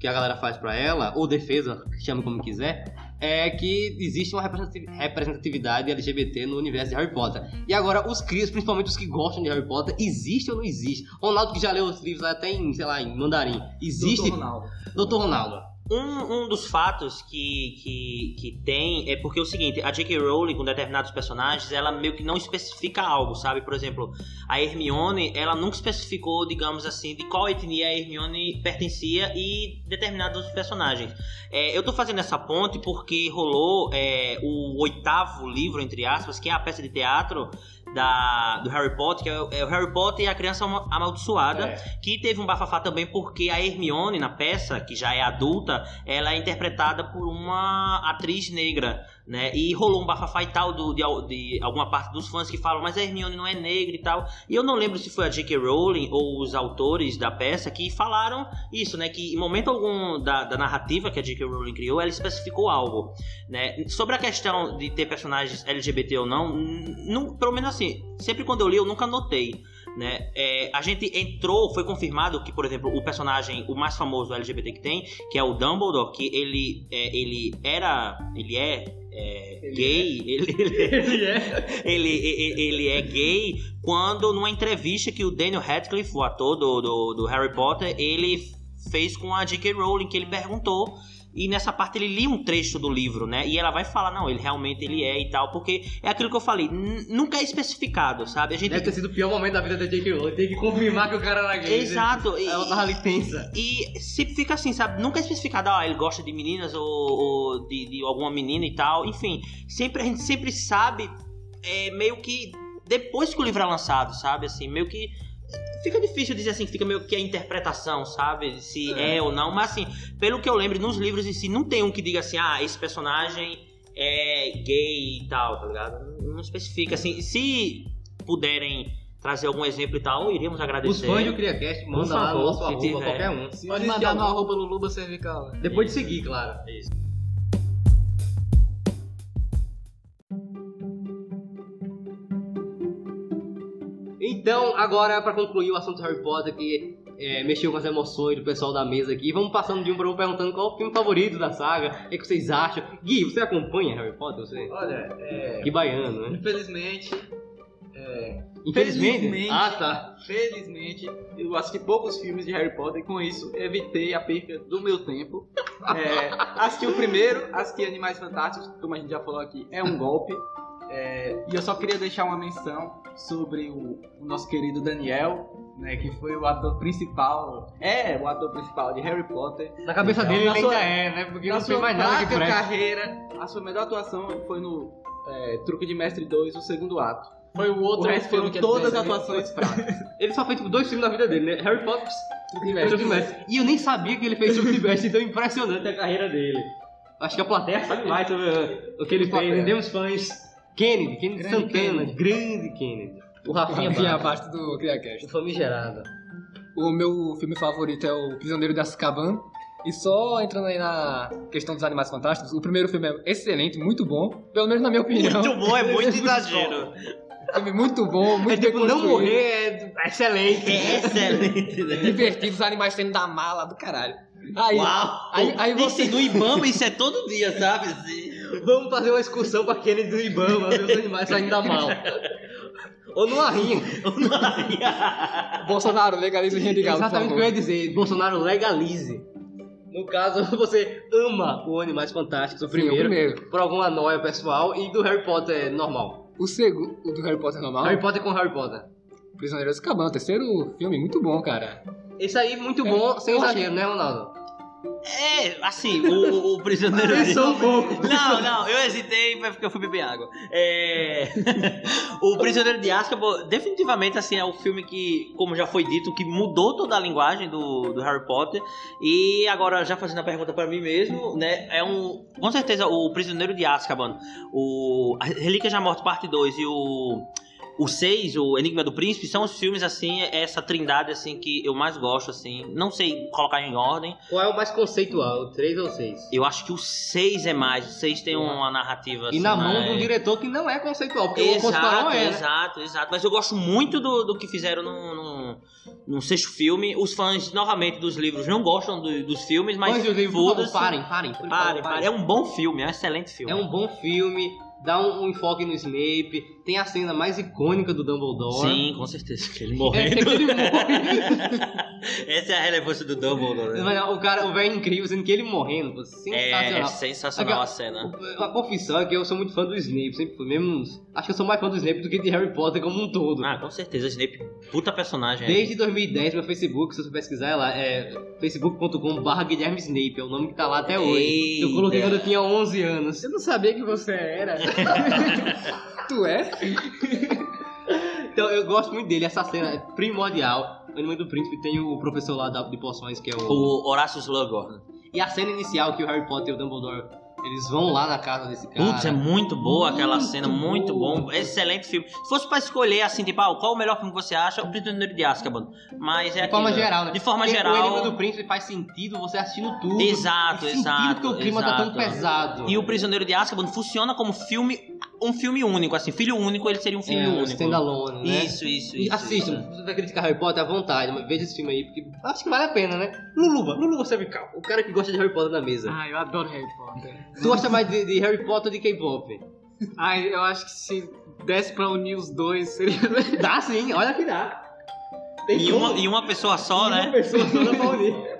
que a galera faz pra ela, ou defesa, chame como quiser, é que existe uma representati- representatividade LGBT no universo de Harry Potter. E agora, os crias, principalmente os que gostam de Harry Potter, existe ou não existe? Ronaldo que já leu os livros até em, sei lá, em mandarim. Existe? Doutor Ronaldo. Doutor Ronaldo. Um, um dos fatos que, que, que tem é porque é o seguinte, a J.K. Rowling com determinados personagens, ela meio que não especifica algo, sabe? Por exemplo, a Hermione, ela nunca especificou, digamos assim, de qual etnia a Hermione pertencia e determinados personagens. É, eu tô fazendo essa ponte porque rolou é, o oitavo livro, entre aspas, que é a peça de teatro da, do Harry Potter, que é, o- é o Harry Potter e a Criança Ama- Amaldiçoada, que teve um bafafá também porque a Hermione, na peça, que já é adulta, ela é interpretada por uma atriz negra, né? E rolou um bafafá e tal do, de, al- de alguma parte dos fãs que falam, mas a Hermione não é negra e tal. E eu não lembro se foi a J.K. Rowling ou os autores da peça que falaram isso, né? Que em momento algum da, da narrativa que a J.K. Rowling criou, ela especificou algo, né? Sobre a questão de ter personagens LGBT ou não, n- não pelo menos assim, sempre quando eu li eu nunca notei. Né? É, a gente entrou, foi confirmado que, por exemplo, o personagem, o mais famoso LGBT que tem, que é o Dumbledore, que ele, é, ele era. Ele é. é, gay, *laughs* Ele, ele, é. ele, e- e- ele é gay quando numa entrevista que o Daniel Radcliffe, o ator do, do, do Harry Potter, ele fez com a J.K. Rowling, que ele perguntou. E nessa parte ele lia um trecho do livro, né? E ela vai falar, não, ele realmente ele é e tal, porque é aquilo que eu falei, n- nunca é especificado, sabe? A gente Deve ter sido o pior momento da vida da J.K. Rowling. Tem que confirmar que o cara era gay. Exato. E, Ela tava ali tensa. e sempre fica assim, sabe? Nunca é especificado, ah, ele gosta de meninas ou, ou de, de alguma menina e tal. Enfim, sempre, a gente sempre sabe, é, meio que depois que o livro é lançado, sabe? Assim, meio que. Fica difícil dizer assim, fica meio que a interpretação, sabe? Se é, ou não. Mas assim, pelo que eu lembro, nos livros em si, não tem um que diga assim, ah, esse personagem é gay e tal, tá ligado? Não especifica. Assim, se puderem trazer algum exemplo e tal, iríamos Os agradecer. fãs do CriaCast mandam lá no favor, nosso se arroba, tiver. qualquer um. Se Pode existe mandar no algum- arroba Luluba Cervical. Depois de seguir, claro. É Isso. Então, agora pra concluir o assunto Harry Potter que é, mexeu com as emoções do pessoal da mesa aqui, vamos passando de um para um perguntando qual o filme favorito da saga, o que, é que vocês acham? Gui, você acompanha Harry Potter? Você? Olha, é, Que baiano, né? Infelizmente, Infelizmente. Felizmente. Ah, tá. felizmente, eu assisti poucos filmes de Harry Potter e com isso evitei a perda do meu tempo. É, assisti o primeiro, assisti Animais Fantásticos, como a gente já falou aqui, é um golpe. É, e eu só queria deixar uma menção sobre o, o nosso querido Daniel, né, que foi o ator principal, é o ator principal de Harry Potter. Na cabeça dele Na ele sua- ainda é, né? Porque Na não sua fez mais nada que fraca presta. carreira, a sua melhor atuação foi no é, Truque de Mestre 2, o segundo ato. Foi o O outro resto filme foram é que ele todas as fez, né? atuações fracas. Ele só fez tipo, dois filmes na vida dele, né? Harry Potter Truque de e Mestre. Truque de Mestre. E eu nem sabia que ele fez Truque de Mestre, então é impressionante a carreira dele. Acho que a plateia sabe mais sobre uh, o que ele fez. Entendemos fãs. Kennedy, Kennedy Grande Santana, Kennedy. grande Kennedy. O Rafinha Enfim, Barra. abaixo do CriaCast. O famigerado. O meu filme favorito é o Prisioneiro de Azkaban. E só entrando aí na questão dos Animais Fantásticos, o primeiro filme é excelente, muito bom. Pelo menos na minha opinião. Muito bom, é muito exagero. Filme muito bom, muito É tipo, bem não construído. morrer é excelente. *laughs* É excelente, né? Divertido, os animais saindo da mala do caralho. Aí, Uau! aí- aí Isso você- no Ibama, isso é todo *laughs* dia, sabe? Assim, Vamos fazer uma excursão pra Kennedy do Ibama, ver os animais saindo da mal. Ou numa rinha. Bolsonaro, legaliza o rinha de galo, por Exatamente o favor. que eu ia dizer. Bolsonaro legalize. No caso, *laughs* você ama o Animais Fantásticos, o Sim, o primeiro, primeiro. por alguma noia pessoal, e do Harry Potter normal. O segundo, o do Harry Potter normal, Harry Potter com Harry Potter. Prisioneiro de Azkaban, terceiro filme, muito bom, cara. Esse aí, muito bom, sem eu acho- exagero, né, Ronaldo? É, assim, o, o prisioneiro. de- Pensou um pouco. Não, não, eu hesitei mas porque eu fui beber água. É... *laughs* o Prisioneiro de Azkaban, definitivamente, assim, é o filme que, como já foi dito, que mudou toda a linguagem do, do Harry Potter. E agora, já fazendo a pergunta pra mim mesmo, né, é um... Com certeza, o Prisioneiro de Azkaban, o a Relíquias da Morte Parte 2 e o... O 6, o Enigma do Príncipe, são os filmes, assim, essa trindade, assim, que eu mais gosto, assim. Não sei colocar em ordem, Qual é o mais conceitual, o 3 ou o 6? eu acho que o 6 é mais. O 6 tem uma narrativa E assim, na mão de um mais- diretor que não é conceitual, porque o conceitual Exato, é. né? exato, exato. Mas eu gosto muito do, do que fizeram no, no, no sexto filme. Os fãs, novamente, dos livros não gostam do- dos filmes, mas. Mas, José, por favor, foda-se. parem, parem, por favor, Parem, parem. É um bom filme, é um excelente filme. É um bom filme, dá um, um enfoque no Snape, tem a cena mais icônica do Dumbledore. Sim, com certeza. Que ele É, morrendo. tem aquele morre. *laughs* Essa é a relevância do Dumbledore. Né? Mas, O cara, o velho é incrível, sendo que ele morrendo, pô, É, é sensacional. sensacional a cena. O- A confissão é que eu sou muito fã do Snape, sempre fui mesmo. Acho que eu sou mais fã do Snape do que de Harry Potter como um todo. Ah, é. com certeza. Snape, puta personagem. Desde 2010, meu Facebook, se você pesquisar, é lá é facebook.com.br Guilherme Snape, é o nome que tá lá até hoje. Eu coloquei Eita. quando eu tinha 11 anos. Eu não sabia que você *laughs* era. Tu é? Então eu gosto muito dele, essa cena é primordial. O Anima do Príncipe tem o professor lá da- de poções, que é o. O Horácio Slughorn. E a cena inicial que o Harry Potter e o Dumbledore eles vão lá na casa desse cara. Putz, é muito boa aquela cena, muito bom. Excelente filme. Se fosse pra escolher, assim, tipo, ah, qual o melhor filme que você acha? O Prisioneiro de Azkaban. Mas é De forma aquilo. geral, né? De forma Porque O Enigma do geral. Príncipe faz sentido você assistindo tudo. Exato, Faz sentido que exato. o clima tá tão exato. pesado. E o Prisioneiro de Azkaban funciona como filme, um filme único, assim, filho único, ele seria um filme é, o único. standalone, né? Isso, isso, E isso. assistam, isso. se você vai criticar Harry Potter à vontade, mas veja esse filme aí, porque acho que vale a pena, né? Luluba, Luluba Cervical, o cara que gosta de Harry Potter na mesa. Ah, eu adoro Harry Potter. Tu gosta mais de, de Harry Potter ou de K-pop? Ah, eu acho que se desse pra unir os dois, seria Dá sim, olha que dá. Tem E uma, e uma pessoa só, uma né? pessoa só na Paulista.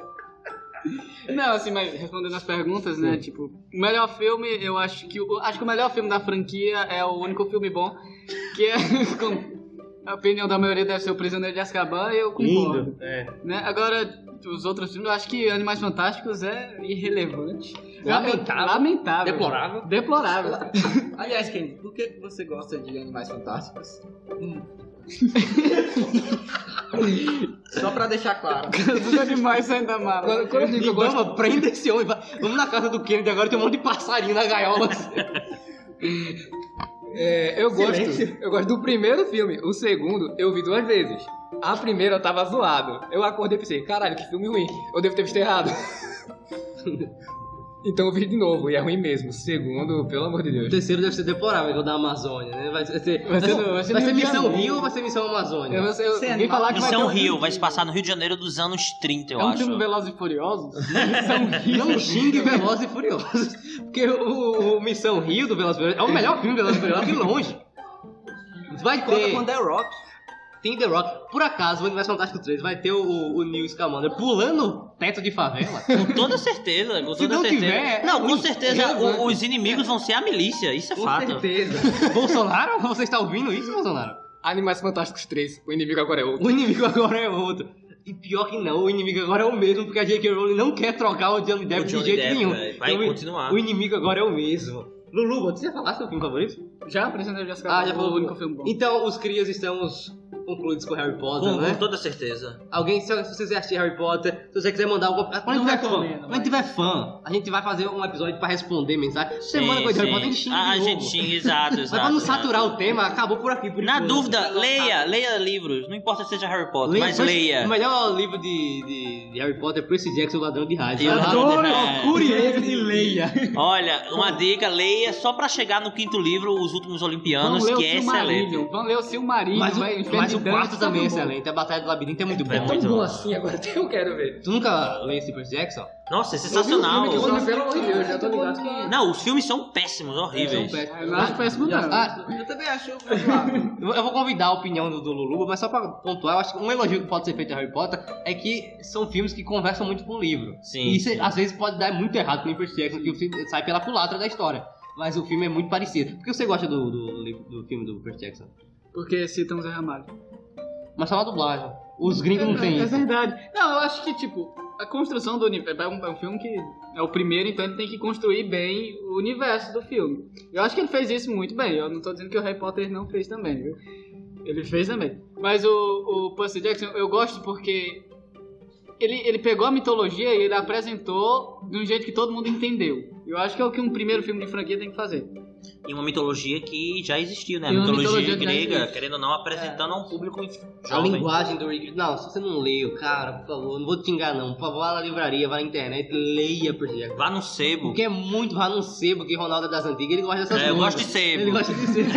Não, assim, mas respondendo as perguntas, né? Tipo, o melhor filme, eu acho que. o- Acho que o melhor filme da franquia é o único filme bom, que é. *laughs* com- a opinião da maioria deve ser O Prisioneiro de Azkaban e eu concordo. Lindo. É. Né? Agora, os outros filmes, eu acho que Animais Fantásticos é irrelevante. Lamentável. Lamentável. Deplorável. Deplorável. *laughs* Aliás, Kenny, por que você gosta de Animais Fantásticos? Hum. *laughs* Só pra deixar claro. Os animais saem da mala. Quando, quando eu digo que eu gosto... Ibama, prenda esse homem. vai. Vamos na casa do Kennedy agora, tem um monte de passarinho na gaiola. *laughs* É, eu gosto. Eu gosto do primeiro filme. O segundo, eu vi duas vezes. A primeira eu tava zoado. Eu acordei e pensei, caralho, que filme ruim. Eu devo ter visto errado. *laughs* então eu vi de novo, e é ruim mesmo. O segundo, pelo amor de O Deus. terceiro deve ser deplorável, igual da Amazônia, né? Vai ser, vai ser, Vai ser no- vai vai ser, ser no Rio de missão Janeiro. Rio ou vai ser missão Amazônia? Eu não sei, Você é alguém falar que vai São ter um- Rio, vai se passar no Rio de Janeiro dos anos 30, eu É um acho. filme Velozes *laughs* e Furiosos? Não xingue Velozes e Furiosos. Porque o, o Missão Rio do Velozes e Furiosos é o melhor filme do Velozes e Furiosos de longe. Vai Conta com ter, é The Rock. tem The Rock. Por acaso, o Universo Fantástico 3 vai ter o, o Neil Scamander pulando o teto de *laughs* favela. Com toda certeza, com toda não certeza. tiver, é não, com ruim, certeza é o- relevante. os inimigos vão ser a milícia, isso é Com fato. certeza. Bolsonaro, você está ouvindo isso, Bolsonaro? Animais Fantásticos 3, o inimigo agora é outro. O inimigo agora é outro. E pior que não, o inimigo agora é o mesmo, porque a J.K. Rowling não quer trocar o Johnny Depp O Johnny de jeito Depp, nenhum. velho, vai Então, continuar. O inimigo agora é o mesmo. Lulu, você já falasse seu filme favorito? Já apresentei o Jessica Ah, Alba, já o falou. único filme bom. Então, os crias estamos concluídos com Harry Potter, Com, com né? toda certeza. Alguém, se se você quiser assistir Harry Potter, se você quiser mandar alguma... Quando tiver fã, recomendo, quando tiver fã, a gente vai fazer um episódio pra responder mensagem. Você Sim, manda coisa de Harry Potter, a sim. gente xinga Ah, de novo. gente, xinga, exato, Mas exato. pra não exato. né? saturar o tema, acabou por aqui. por Na enquanto. dúvida, leia, leia livros. Não importa se seja Harry Potter, mas pois, leia. O melhor livro de, de, de Harry Potter é Percy Jackson, o ladrão de rádio. Eu adoro, procure ele e leia. Olha, uma dica, leia só pra chegar no quinto livro, Os Últimos Olimpianos, ler o que é excelente. Silmarillion. Então, Vão ler o Silmarillion. Mas, o- vai, Inferno mas o de Dante, quarto tá também é bom. excelente. A Batalha do Labirinto é muito bom. É Tão muito bom bom. assim agora que eu quero ver. Tu nunca leu esse Percy Jackson? Nossa, é sensacional. Eu vi o filme que eu- Pelo amor de Deus, já tô ligado que- Não, os filmes são péssimos, horríveis. Eu não acho péssimo, não. Ah, Eu também acho razoável. eu vou convidar a opinião do, do Lulu, mas só pra pontuar, eu acho que um elogio que pode ser feito a Harry Potter é que são filmes que conversam muito com o livro. Sim. E isso sim. às vezes pode dar muito errado com o Percy Jackson, que o filme sai pela culatra da história. Mas o filme é muito parecido. Por que você gosta do, do, livro- do filme do Percy Jackson? Ah, Porque citam Zé Ramalho. Mas só na dublagem. Os gringos não têm É isso. verdade. Não, eu acho que, tipo, a construção do universo. É um, é um filme que é o primeiro, então ele tem que construir bem o universo do filme. Eu acho que ele fez isso muito bem. Eu não tô dizendo que o Harry Potter não fez também, viu? Ele fez também. Mas o, o Percy Jackson, eu gosto porque. Ele, ele pegou a mitologia e ele apresentou de um jeito que todo mundo entendeu. Eu acho que é o que um primeiro filme de franquia tem que fazer. E uma mitologia que já existiu, né? A E uma mitologia, mitologia que já grega, existe. querendo ou não, apresentando a um público A jovem. linguagem do Rick. Não, se você não leu, cara, por favor, não vou te enganar, não. Por favor, vá na livraria, vá na internet, leia Percy Jackson. Vá no sebo. Porque é muito raro um sebo que Ronaldo é das antigas, ele gosta dessas É, eu coisas. gosto de sebo. Ele gosta de *laughs* sebo.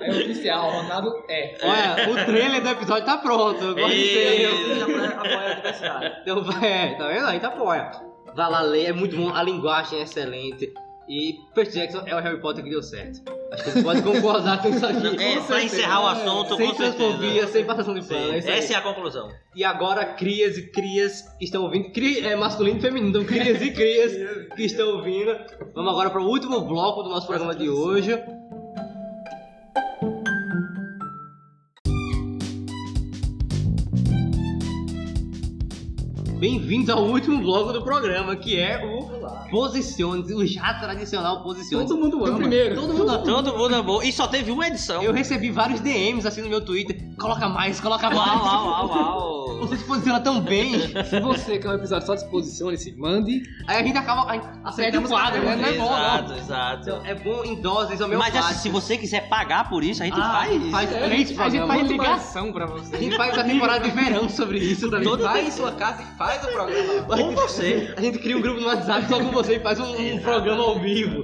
É oficial, Ronaldo é. Olha, o trailer do episódio tá pronto. Eu gosto de *laughs* sebo. Ei, Apoia a adversidade. Então, é, tá vendo? Aí tá apoia. Vá lá ler, é muito bom, a linguagem é excelente. E Percy Jackson é o Harry Potter que deu certo. Acho que você pode concordar com isso aqui. É, pra encerrar o assunto, sem com certeza. transfobia, sem passação de Sim, pano. é isso aí. Essa é a conclusão. E agora, crias e crias que estão ouvindo. Cri, é masculino e feminino, então crias e crias que estão ouvindo. Vamos agora para o último bloco do nosso programa de hoje. Bem-vindos ao último bloco do programa, que é o Posicione, o já tradicional Posicione. Todo mundo ama. primeiro. Todo mundo Todo mundo amou. E só teve uma edição. Eu recebi vários DMs assim no meu Twitter. Coloca mais, coloca mais. Uau, *laughs* uau, uau, uau. Você se posiciona tão bem. Se você quer um episódio só de exposição, ele se mande. Aí a gente acaba. A gente perde o Aceitamos quadro, né? Não é bom, não. Exato, exato. Então, é bom em doses, é o meu Mas assim, básico. se você quiser pagar por isso, a gente Ah, faz. faz três A é gente faz programas. ligação pra você. A gente faz a temporada de verão sobre isso também. Todo Vai em sua casa e faz o programa. Com você. A gente cria um grupo no WhatsApp só com você e faz um, um programa ao vivo.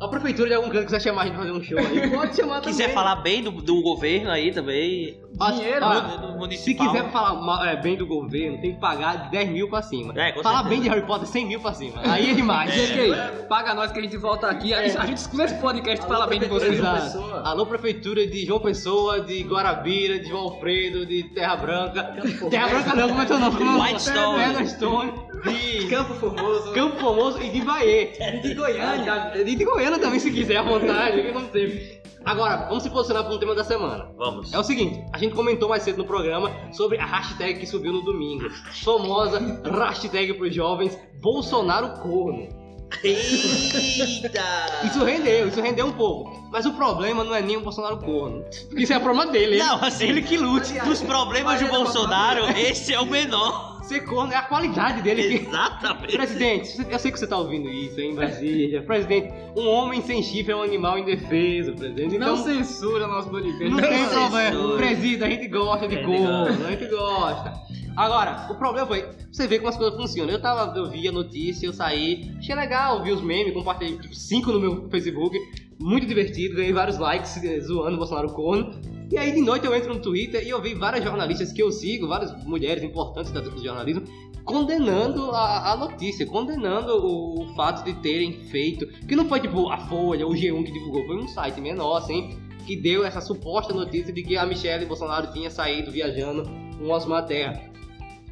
A prefeitura de algum canto quiser chamar a gente pra fazer um show aí, *laughs* pode chamar também. Quiser falar bem do, do governo aí também. Ó, dinheiro, ó, do- do Ah, se municipal. quiser falar mal- é, bem do governo, tem que pagar 10 mil pra cima. É, com falar certeza. bem de Harry Potter, 100 mil pra cima. Aí é demais. GK, paga nós que a gente volta aqui. A, a gente escuta esse podcast e fala bem de vocês. Exato. Alô, prefeitura de João Pessoa, de Guarabira, de João Alfredo, de Terra Branca. Terra Branca não, como é teu nome? White Stone. Pedra Stone, de Campo Formoso. Campo Formoso e de Bahia. Ah, tá. de Goiânia. E de Goiânia também, se quiser, à vontade, que não tem. Agora, vamos se posicionar para um tema da semana. Vamos. É o seguinte, a gente comentou mais cedo no programa sobre a hashtag que subiu no domingo. Famosa hashtag pros jovens, Bolsonaro corno. Eita! *laughs* Isso é rendeu, isso rendeu um pouco. Mas o problema não é nem o Bolsonaro corno. Porque isso é problema dele. Ele, Não, assim, ele que lute. Aliás, dos problemas do Maria da Bolsonaro, esse é *laughs* o menor. Ser corno é a qualidade dele. que- Exatamente. *laughs* Presidente, você- eu sei que você tá ouvindo isso aí em Brasília. Presidente, um homem sem chifre é um animal indefeso, presidente. Então, Não censura nosso podcast. Não tem Censura. problema. Presida, a gente gosta de É, gordo, a gente gosta. Agora, o problema foi, você vê como as coisas funcionam. Eu tava, eu vi a notícia, eu saí, achei legal, vi os memes, compartilhei tipo, cinco no meu Facebook, muito divertido, ganhei vários likes eh, zoando o Bolsonaro corno. E aí de noite eu entro no Twitter e eu vi várias jornalistas que eu sigo, várias mulheres importantes da do jornalismo, condenando a, a notícia, condenando o, o fato de terem feito, que não foi tipo a Folha, o G1 que divulgou, foi um site menor, assim, que deu essa suposta notícia de que a Michelle Bolsonaro tinha saído viajando com o Osmar Terra.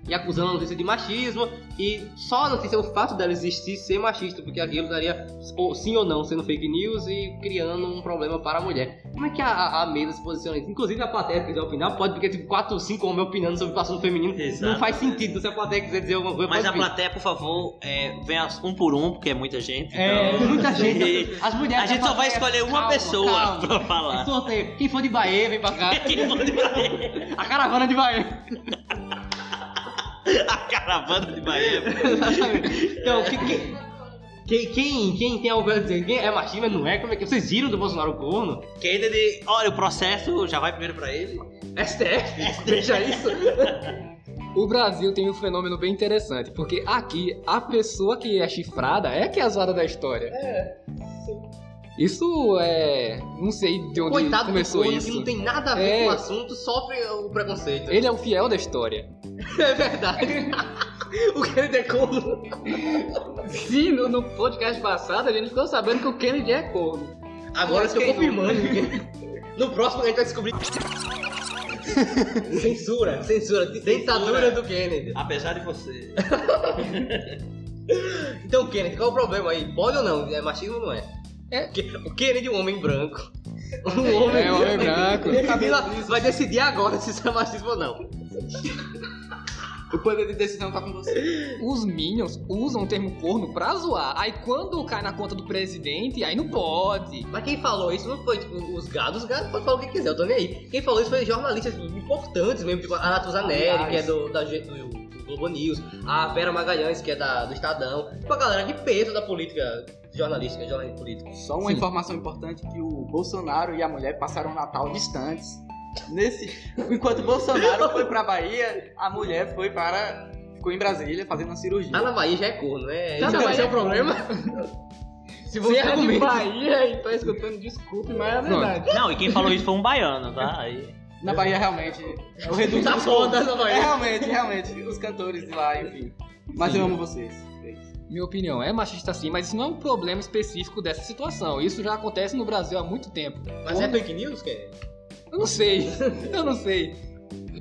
e acusando a notícia de machismo. E só a notícia, o fato dela existir ser machista, porque aquilo daria ou- sim ou não sendo fake news e criando um problema para a mulher. Como é que a, a, a mesa se posiciona? nisso? Inclusive a plateia, se quiser opinar, pode, porque tipo 4 ou 5 homens opinando sobre passando feminino. Exato. Não faz sentido se a plateia quiser dizer alguma coisa. Mas pode a vir. plateia, por favor, é, venha um por um, porque é muita gente. É, então- *laughs* muita gente. As mulheres A gente só vai escolher uma é, Calma, pessoa calma. pra *laughs* falar. Sorteio. Quem for de Bahia, vem pra cá. Quem manda pra ele? A caravana de Bahia. A caravana de Bahia. então, que- que- quem, quem, quem tem alguma coisa a dizer? Quem é machista, mas não é? Como é que vocês viram do Bolsonaro corno? Kennedy, olha, o processo já vai primeiro pra ele. STF, deixa isso. O Brasil tem um fenômeno bem interessante, porque aqui a pessoa que é chifrada é a que é a zoada da história. É. Isso é. Não sei de onde Coitado começou do corno que isso. não tem nada a ver É. com o assunto, sofre o preconceito. Ele é o fiel da história. É verdade. *laughs* o que ele é corno. Sim, no, no podcast passado a gente ficou sabendo que o Kennedy é corno. Agora estou confirmando. *laughs* No próximo a gente vai descobrir. censura, censura, dentadura do Kennedy. Apesar de você. Então, Kennedy, qual é o problema aí? Pode ou não? É machismo ou não é? É. Que- O Kennedy é um homem *laughs* branco. Um homem É um homem branco. Camila vai decidir agora se isso é machismo ou não. O poder de decisão tá com você. Os Minions usam o termo corno pra zoar. Aí quando cai na conta do presidente, aí não pode. Mas quem falou isso não foi tipo, os gados, os gados podem falar o que quiser, eu tô nem aí. Quem falou isso foi jornalistas importantes mesmo, tipo a Natuza Neri, que é do, da, G- do, do Globo News, a Vera Magalhães, que é da, do Estadão, tipo a galera de peso da política jornalística, jornalismo político. Só uma informação importante que o Bolsonaro e a mulher passaram o Natal distantes. Nesse, *laughs* enquanto o Bolsonaro foi pra Bahia, a mulher foi para ficou em Brasília fazendo uma cirurgia. Tá na Bahia já é corno, né? Tá Esse na é- Bahia esse é o é problema. Se você é de argumento. Bahia e tá escutando, desculpe, mas é a verdade. Não, e quem falou isso foi um baiano, tá? Aí. Na Bahia realmente é o reduto Tá dos foda na povos. Bahia. É, realmente, realmente os cantores de lá, enfim. Mas eu amo vocês. Minha opinião, é machista sim, mas isso não é um problema específico dessa situação. Isso já acontece no Brasil há muito tempo. Mas é fake news, Kennedy? Eu não *laughs* sei, eu não sei.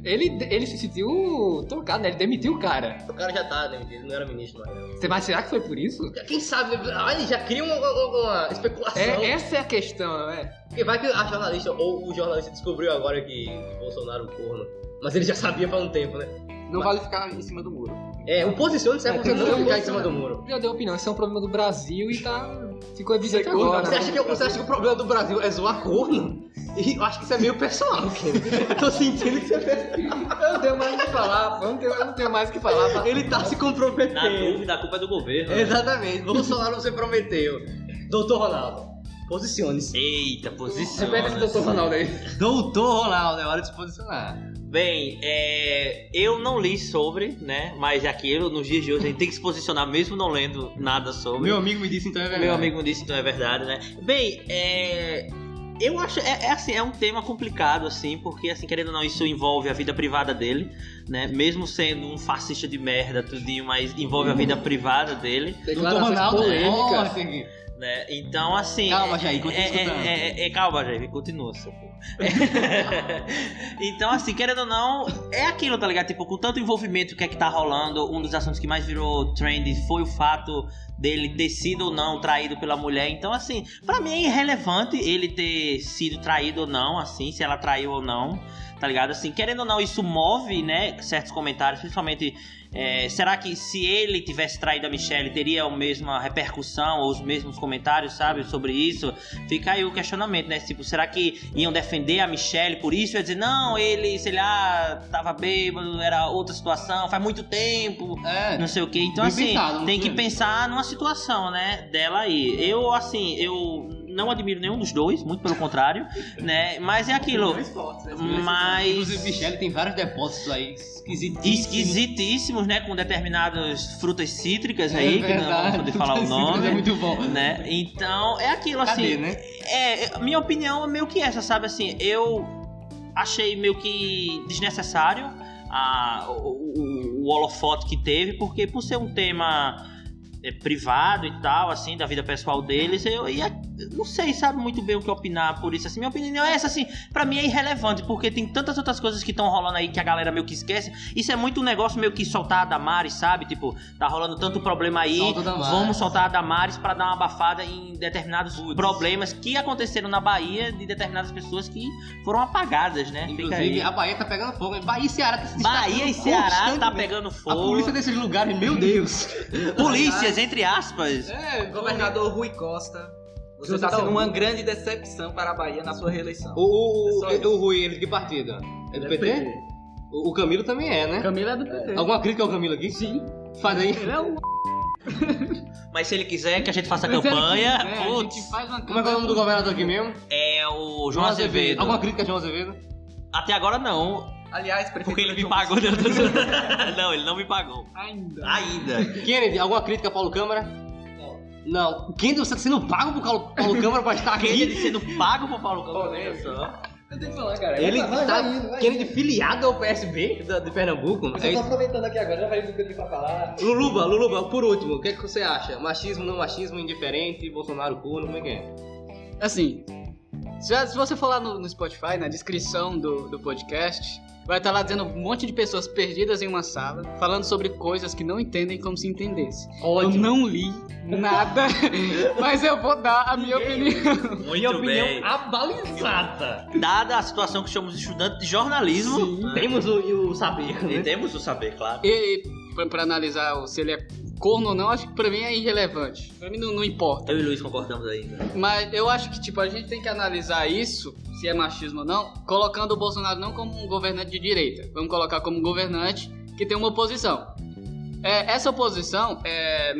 Ele, ele se sentiu tocado, né? Ele demitiu o cara. O cara já tá demitido, não era ministro mais. né? Você vai será que foi por isso? Quem sabe, né? Ah, ele já cria uma, uma- uma especulação. É, essa é a questão, né? Porque vai que a jornalista ou o jornalista descobriu agora que Bolsonaro é um corno. Mas ele já sabia faz um tempo, né? Não vale ficar em cima do muro. É, o posicione serve É, pra você tem não que ficar em ser cima do muro. Já deu opinião, isso é um problema do Brasil e tá. Ficou evidente Segundo agora. Você acha, que, você acha que o problema do Brasil é zoar corno? E eu acho que isso é meio pessoal, Ken. Eu *laughs* Tô sentindo que você é pessoal. *laughs* Eu não tenho mais o que falar, eu não tenho, eu não tenho mais o que falar. mas- Ele tá se Na comprometendo. dúvida, a culpa é do governo. Exatamente. Bolsonaro, você prometeu. Doutor Ronaldo, posicione-se. Eita, posição. Repete esse doutor Ronaldo aí. Doutor Ronaldo, é hora de se posicionar. Bem, é, eu não li sobre, né? Mas aqui eu, nos dias de hoje a gente tem que se posicionar mesmo não lendo nada sobre. Meu amigo me disse, então é verdade. Meu amigo me disse, então é verdade, né? Bem, é. Eu acho, é, é assim, é um tema complicado, assim, porque, assim, querendo ou não, isso envolve a vida privada dele, né? Mesmo sendo um fascista de merda, tudinho, mas envolve a vida privada dele, Doutor Declarações Ronaldo, é polêmicas. ordem. né? Então, assim. Calma, é- Jair, continua é, escutando. é, é, é, calma, Jair, continua, seu porra. *laughs* então, assim, querendo ou não, é aquilo, tá ligado? Tipo, com tanto envolvimento que é que tá rolando, um dos assuntos que mais virou trend foi o fato dele ter sido ou não traído pela mulher. Então, assim, pra mim é irrelevante ele ter sido traído ou não, assim, se ela traiu ou não. Tá ligado? Assim, querendo ou não, isso move, né? Certos comentários, principalmente. é, será que se ele tivesse traído a Michelle, teria a mesma repercussão ou os mesmos comentários, sabe? Sobre isso? Fica aí o questionamento, né? Tipo, será que iam defender a Michelle por isso? Ia dizer, não, ele, sei lá, tava bêbado, era outra situação, faz muito tempo, É. não sei o que. Então, Bem assim, pensado, não tem que foi? pensar numa situação, né, dela aí. Eu, assim, eu não admiro nenhum dos dois, muito pelo contrário, *laughs* né? Mas é aquilo. Dois fortes, né? Inclusive, Mas. Michele tem vários depósitos aí esquisitíssimos. Esquisitíssimos, né? Com determinadas frutas cítricas aí, É que não vamos poder falar o nome. É muito bom. né? Então, é aquilo assim. Cadê, né? É, minha opinião é meio que essa, sabe? Assim, eu achei meio que desnecessário a, o, o- o holofote que teve, porque por ser um tema é, privado e tal, assim, da vida pessoal deles, eu ia não sei, sabe muito bem o que opinar por isso. Assim, minha opinião é essa, assim, pra mim é irrelevante, porque tem tantas outras coisas que estão rolando aí que a galera meio que esquece. Isso é muito um negócio meio que soltar a Damares, sabe? Tipo, tá rolando tanto problema aí, Solta a Damares. vamos soltar a Damares pra dar uma abafada em determinados problemas que aconteceram na Bahia de determinadas pessoas que foram apagadas, né? Fica Inclusive, aí. a Bahia tá pegando fogo. hein? Bahia e Ceará tá se Bahia e destacando Ceará tá constantemente. pegando A fogo. polícia desses lugares, meu Deus. Polícias, entre aspas. É, governador Rui Costa, você Você está tá sendo ouvindo? uma grande decepção para a Bahia na sua reeleição. O, o, É só o, o Rui, ele de que partido? É do PT? O, o Camilo também é, né? Camila é do PT. Alguma crítica ao Camilo aqui? Sim. Faz aí. Ele é um. Mas se ele quiser que a gente faça Mas ele campanha, que- é, a putz, gente faz uma Como é que é o nome do governador aqui mesmo? é o João Azevedo. Alguma crítica a João Azevedo? Até agora não, Aliás, prefeitura porque ele de me João pagou. né? *laughs* não, ele não me pagou. Ainda. Ainda. Kennedy, alguma crítica a Paulo Câmara? Não. Não. Kennedy, você tá sendo pago pro Paulo, Paulo Câmara pra estar aqui? Ele tá sendo pago por Paulo Câmara. olha só. Eu tenho que falar, cara. Ele vai, vai tá indo, vai Kennedy filiado ao PSB da- de Pernambuco? indo. É Eu tô tá isso. aproveitando aqui agora, já vai do que eu tenho pra falar. Luluba, Luluba, por último, o que, é que você acha? Machismo, não machismo, indiferente, Bolsonaro, corno, como é que é? Assim, se, se você for lá no, no Spotify, na descrição do, do podcast, vai estar lá dizendo um monte de pessoas perdidas em uma sala, falando sobre coisas que não entendem como se entendesse. Eu não li nada, mas eu vou dar a minha opinião. Muito bem. Ah. abalizada. Dada a situação que somos estudantes de jornalismo, Temos o, o *laughs* saber, e né? temos o saber, claro. E pra, pra analisar o- se ele é corno ou não, acho que pra mim é irrelevante. Pra mim não, não importa. Eu e Luiz concordamos né? ainda. Mas eu acho que, tipo, a gente tem que analisar isso, se é machismo ou não, colocando o Bolsonaro não como um governante de direita. Vamos colocar como um governante que tem uma oposição. É, essa oposição é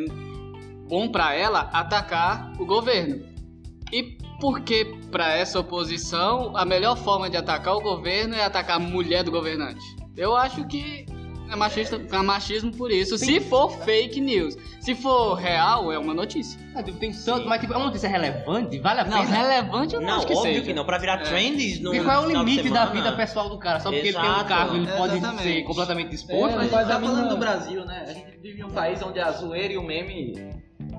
bom pra ela atacar o governo. E porque pra essa oposição a melhor forma de atacar o governo é atacar a mulher do governante? Eu acho que é, machista, é machismo por isso. Se for fake news, se for real, é uma notícia. Ah, tipo, tem tanto, mas tipo, é uma notícia relevante? Vale a Não, pena? relevante eu não, Não, acho que óbvio seja. que não. Pra virar trends no. Porque qual é o final de limite da semana, vida pessoal do cara? Só porque ele tem um Exato. cargo, ele pode Exatamente. ser completamente disposto? É, A gente Mas tá a mim falando não. do Brasil, né? A gente vive em um país onde a zoeira e o meme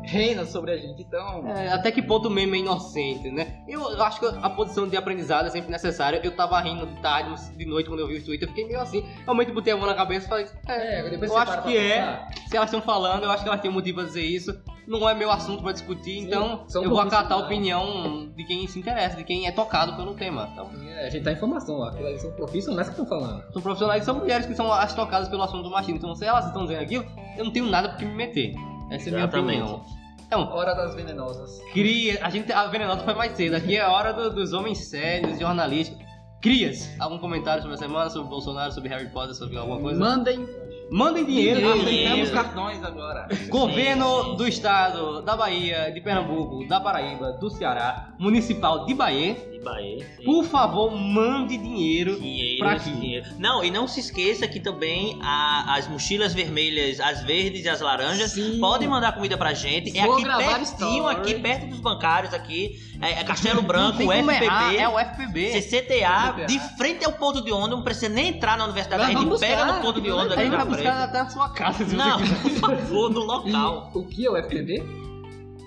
reina sobre a gente, então... É, até que ponto o meme é inocente, né? Eu eu acho que a posição de aprendizado é sempre necessária. Eu tava rindo de tarde, de noite, quando eu vi os tweets, eu fiquei meio assim. Realmente botei a mão na cabeça e falei, É, depois Eu você acho para pra que é. pensar. se elas estão falando, eu acho que elas têm um motivo pra dizer isso. Não é meu assunto pra discutir, então são eu vou burrice, acatar a né? opinião de quem se interessa, de quem é tocado pelo tema. Então, É, a gente tá em formação lá, aquilo ali são profissionais que estão falando. são profissionais, são mulheres que são as tocadas pelo assunto do machismo. Então, se elas estão dizendo aquilo, eu não tenho nada pra que me meter. Essa é a minha Exatamente. opinião. Então, Hora das venenosas. Cria. A gente. A venenosa foi mais cedo. Aqui é a hora do- dos homens sérios, jornalistas. Crias, algum comentário sobre a semana, sobre Bolsonaro, sobre Harry Potter, sobre alguma coisa? Mandem. Mandem dinheiro, Dinheiro. aceitamos Aceitamos cartões agora. Governo do Estado, da Bahia, de Pernambuco, da Paraíba, do Ceará, Municipal de Bahia, De Bahia, sim. por favor, mande dinheiro. Dinheiro, Pra quê? dinheiro. assim, Não, e não se esqueça que também a- as mochilas vermelhas, as verdes e as laranjas, podem mandar comida pra gente. É Vou aqui gravar pertinho, story. aqui perto dos bancários, aqui. É, é Castelo Não Branco, tem como errar, FPB. é o FPB. CCTA, de frente ao ponto de ônibus, não precisa nem entrar na universidade, Nós a gente vamos pega buscar. no ponto de ônibus A aqui gente vai na Tá buscar frente. até a sua casa, se Não, você quiser. *laughs* por favor, no local. E o que é o FPB?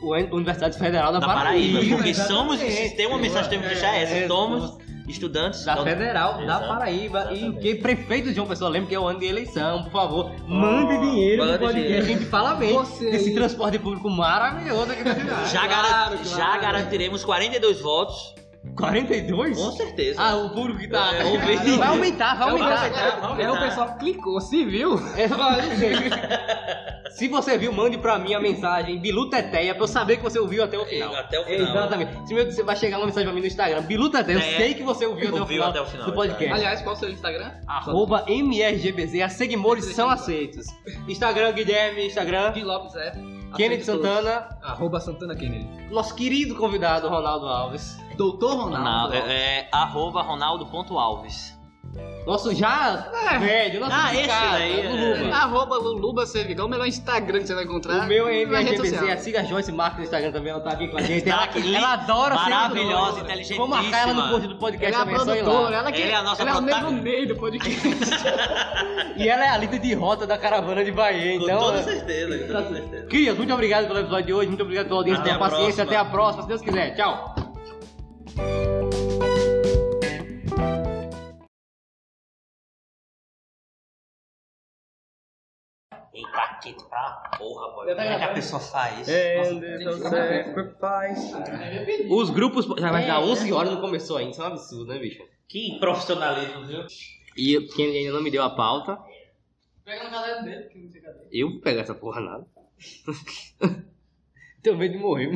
O Universidade Federal da, Da Paraíba, porque Exatamente. somos, tem uma mensagem que temos que deixar é essa, somos estudantes Da então, Federal, da Exato. Paraíba e Exatamente. que prefeito de João Pessoa, lembra que é o ano de eleição, por favor, mande dinheiro mande pro podcast, a dinheiro. gente fala bem Você desse aí. transporte público maravilhoso aqui da cidade. já, garan- já garantiremos 42 votos, 42? com certeza. Ah, o público que tá... É, vamos ver. vai aumentar, vai aumentar. É o pessoal que clicou, se viu? É, vai, não sei. Se você viu, mande pra mim a mensagem Bilu Teteia pra eu saber que você ouviu até o final. Até o final. Exatamente. Se meu, você vai chegar uma mensagem pra mim no Instagram, Bilu Teteia, eu É. sei que você ouviu, até, o Ouviu final até o final, do podcast. exato. Aliás, qual o seu Instagram? Arroba MRGBZ, as seguidores são aceitos. Instagram, Guilherme, Instagram, Lopes é. F. Kennedy Santana, Arroba Santana Kennedy. nosso querido convidado Ronaldo Alves. Doutor Ronaldo, Ronaldo. é, é, arroba ronaldo.alves. Nosso já É. velho, nosso Ah, esse cara, daí, é. Luluba. Arroba Luluba Cervigão, o melhor Instagram que você vai encontrar. O meu é na rede MRGPC, social. a Siga Joyce Marca no Instagram também, ela tá aqui com a gente. Tá Ela, aqui. ela adora ser Maravilhosa, produtora. Vou marcar ela no inteligentíssima. post do podcast Ela é a também, só ir lá. produtora, ela que Ela é a nossa ela é o protagonista. negro meio do podcast. E ela é a líder de rota da caravana de Bahia, Com então... toda certeza, com toda certeza. Crias, muito obrigado pelo episódio de hoje, muito obrigado pela audiência, Até pela a paciência, próxima. até a próxima, se Deus quiser. Tchau. Vem pra quente pra porra, boy. Como é que a pessoa faz? É, Os grupos. ah, Já vai dar 11 horas não começou ainda, isso é um absurdo, né, bicho? Que profissionalismo, viu? E quem ainda não me deu a pauta. Pega no caderno dele, que não sei cadê. Eu vou pegar essa porra nada. Tenho medo de morrer.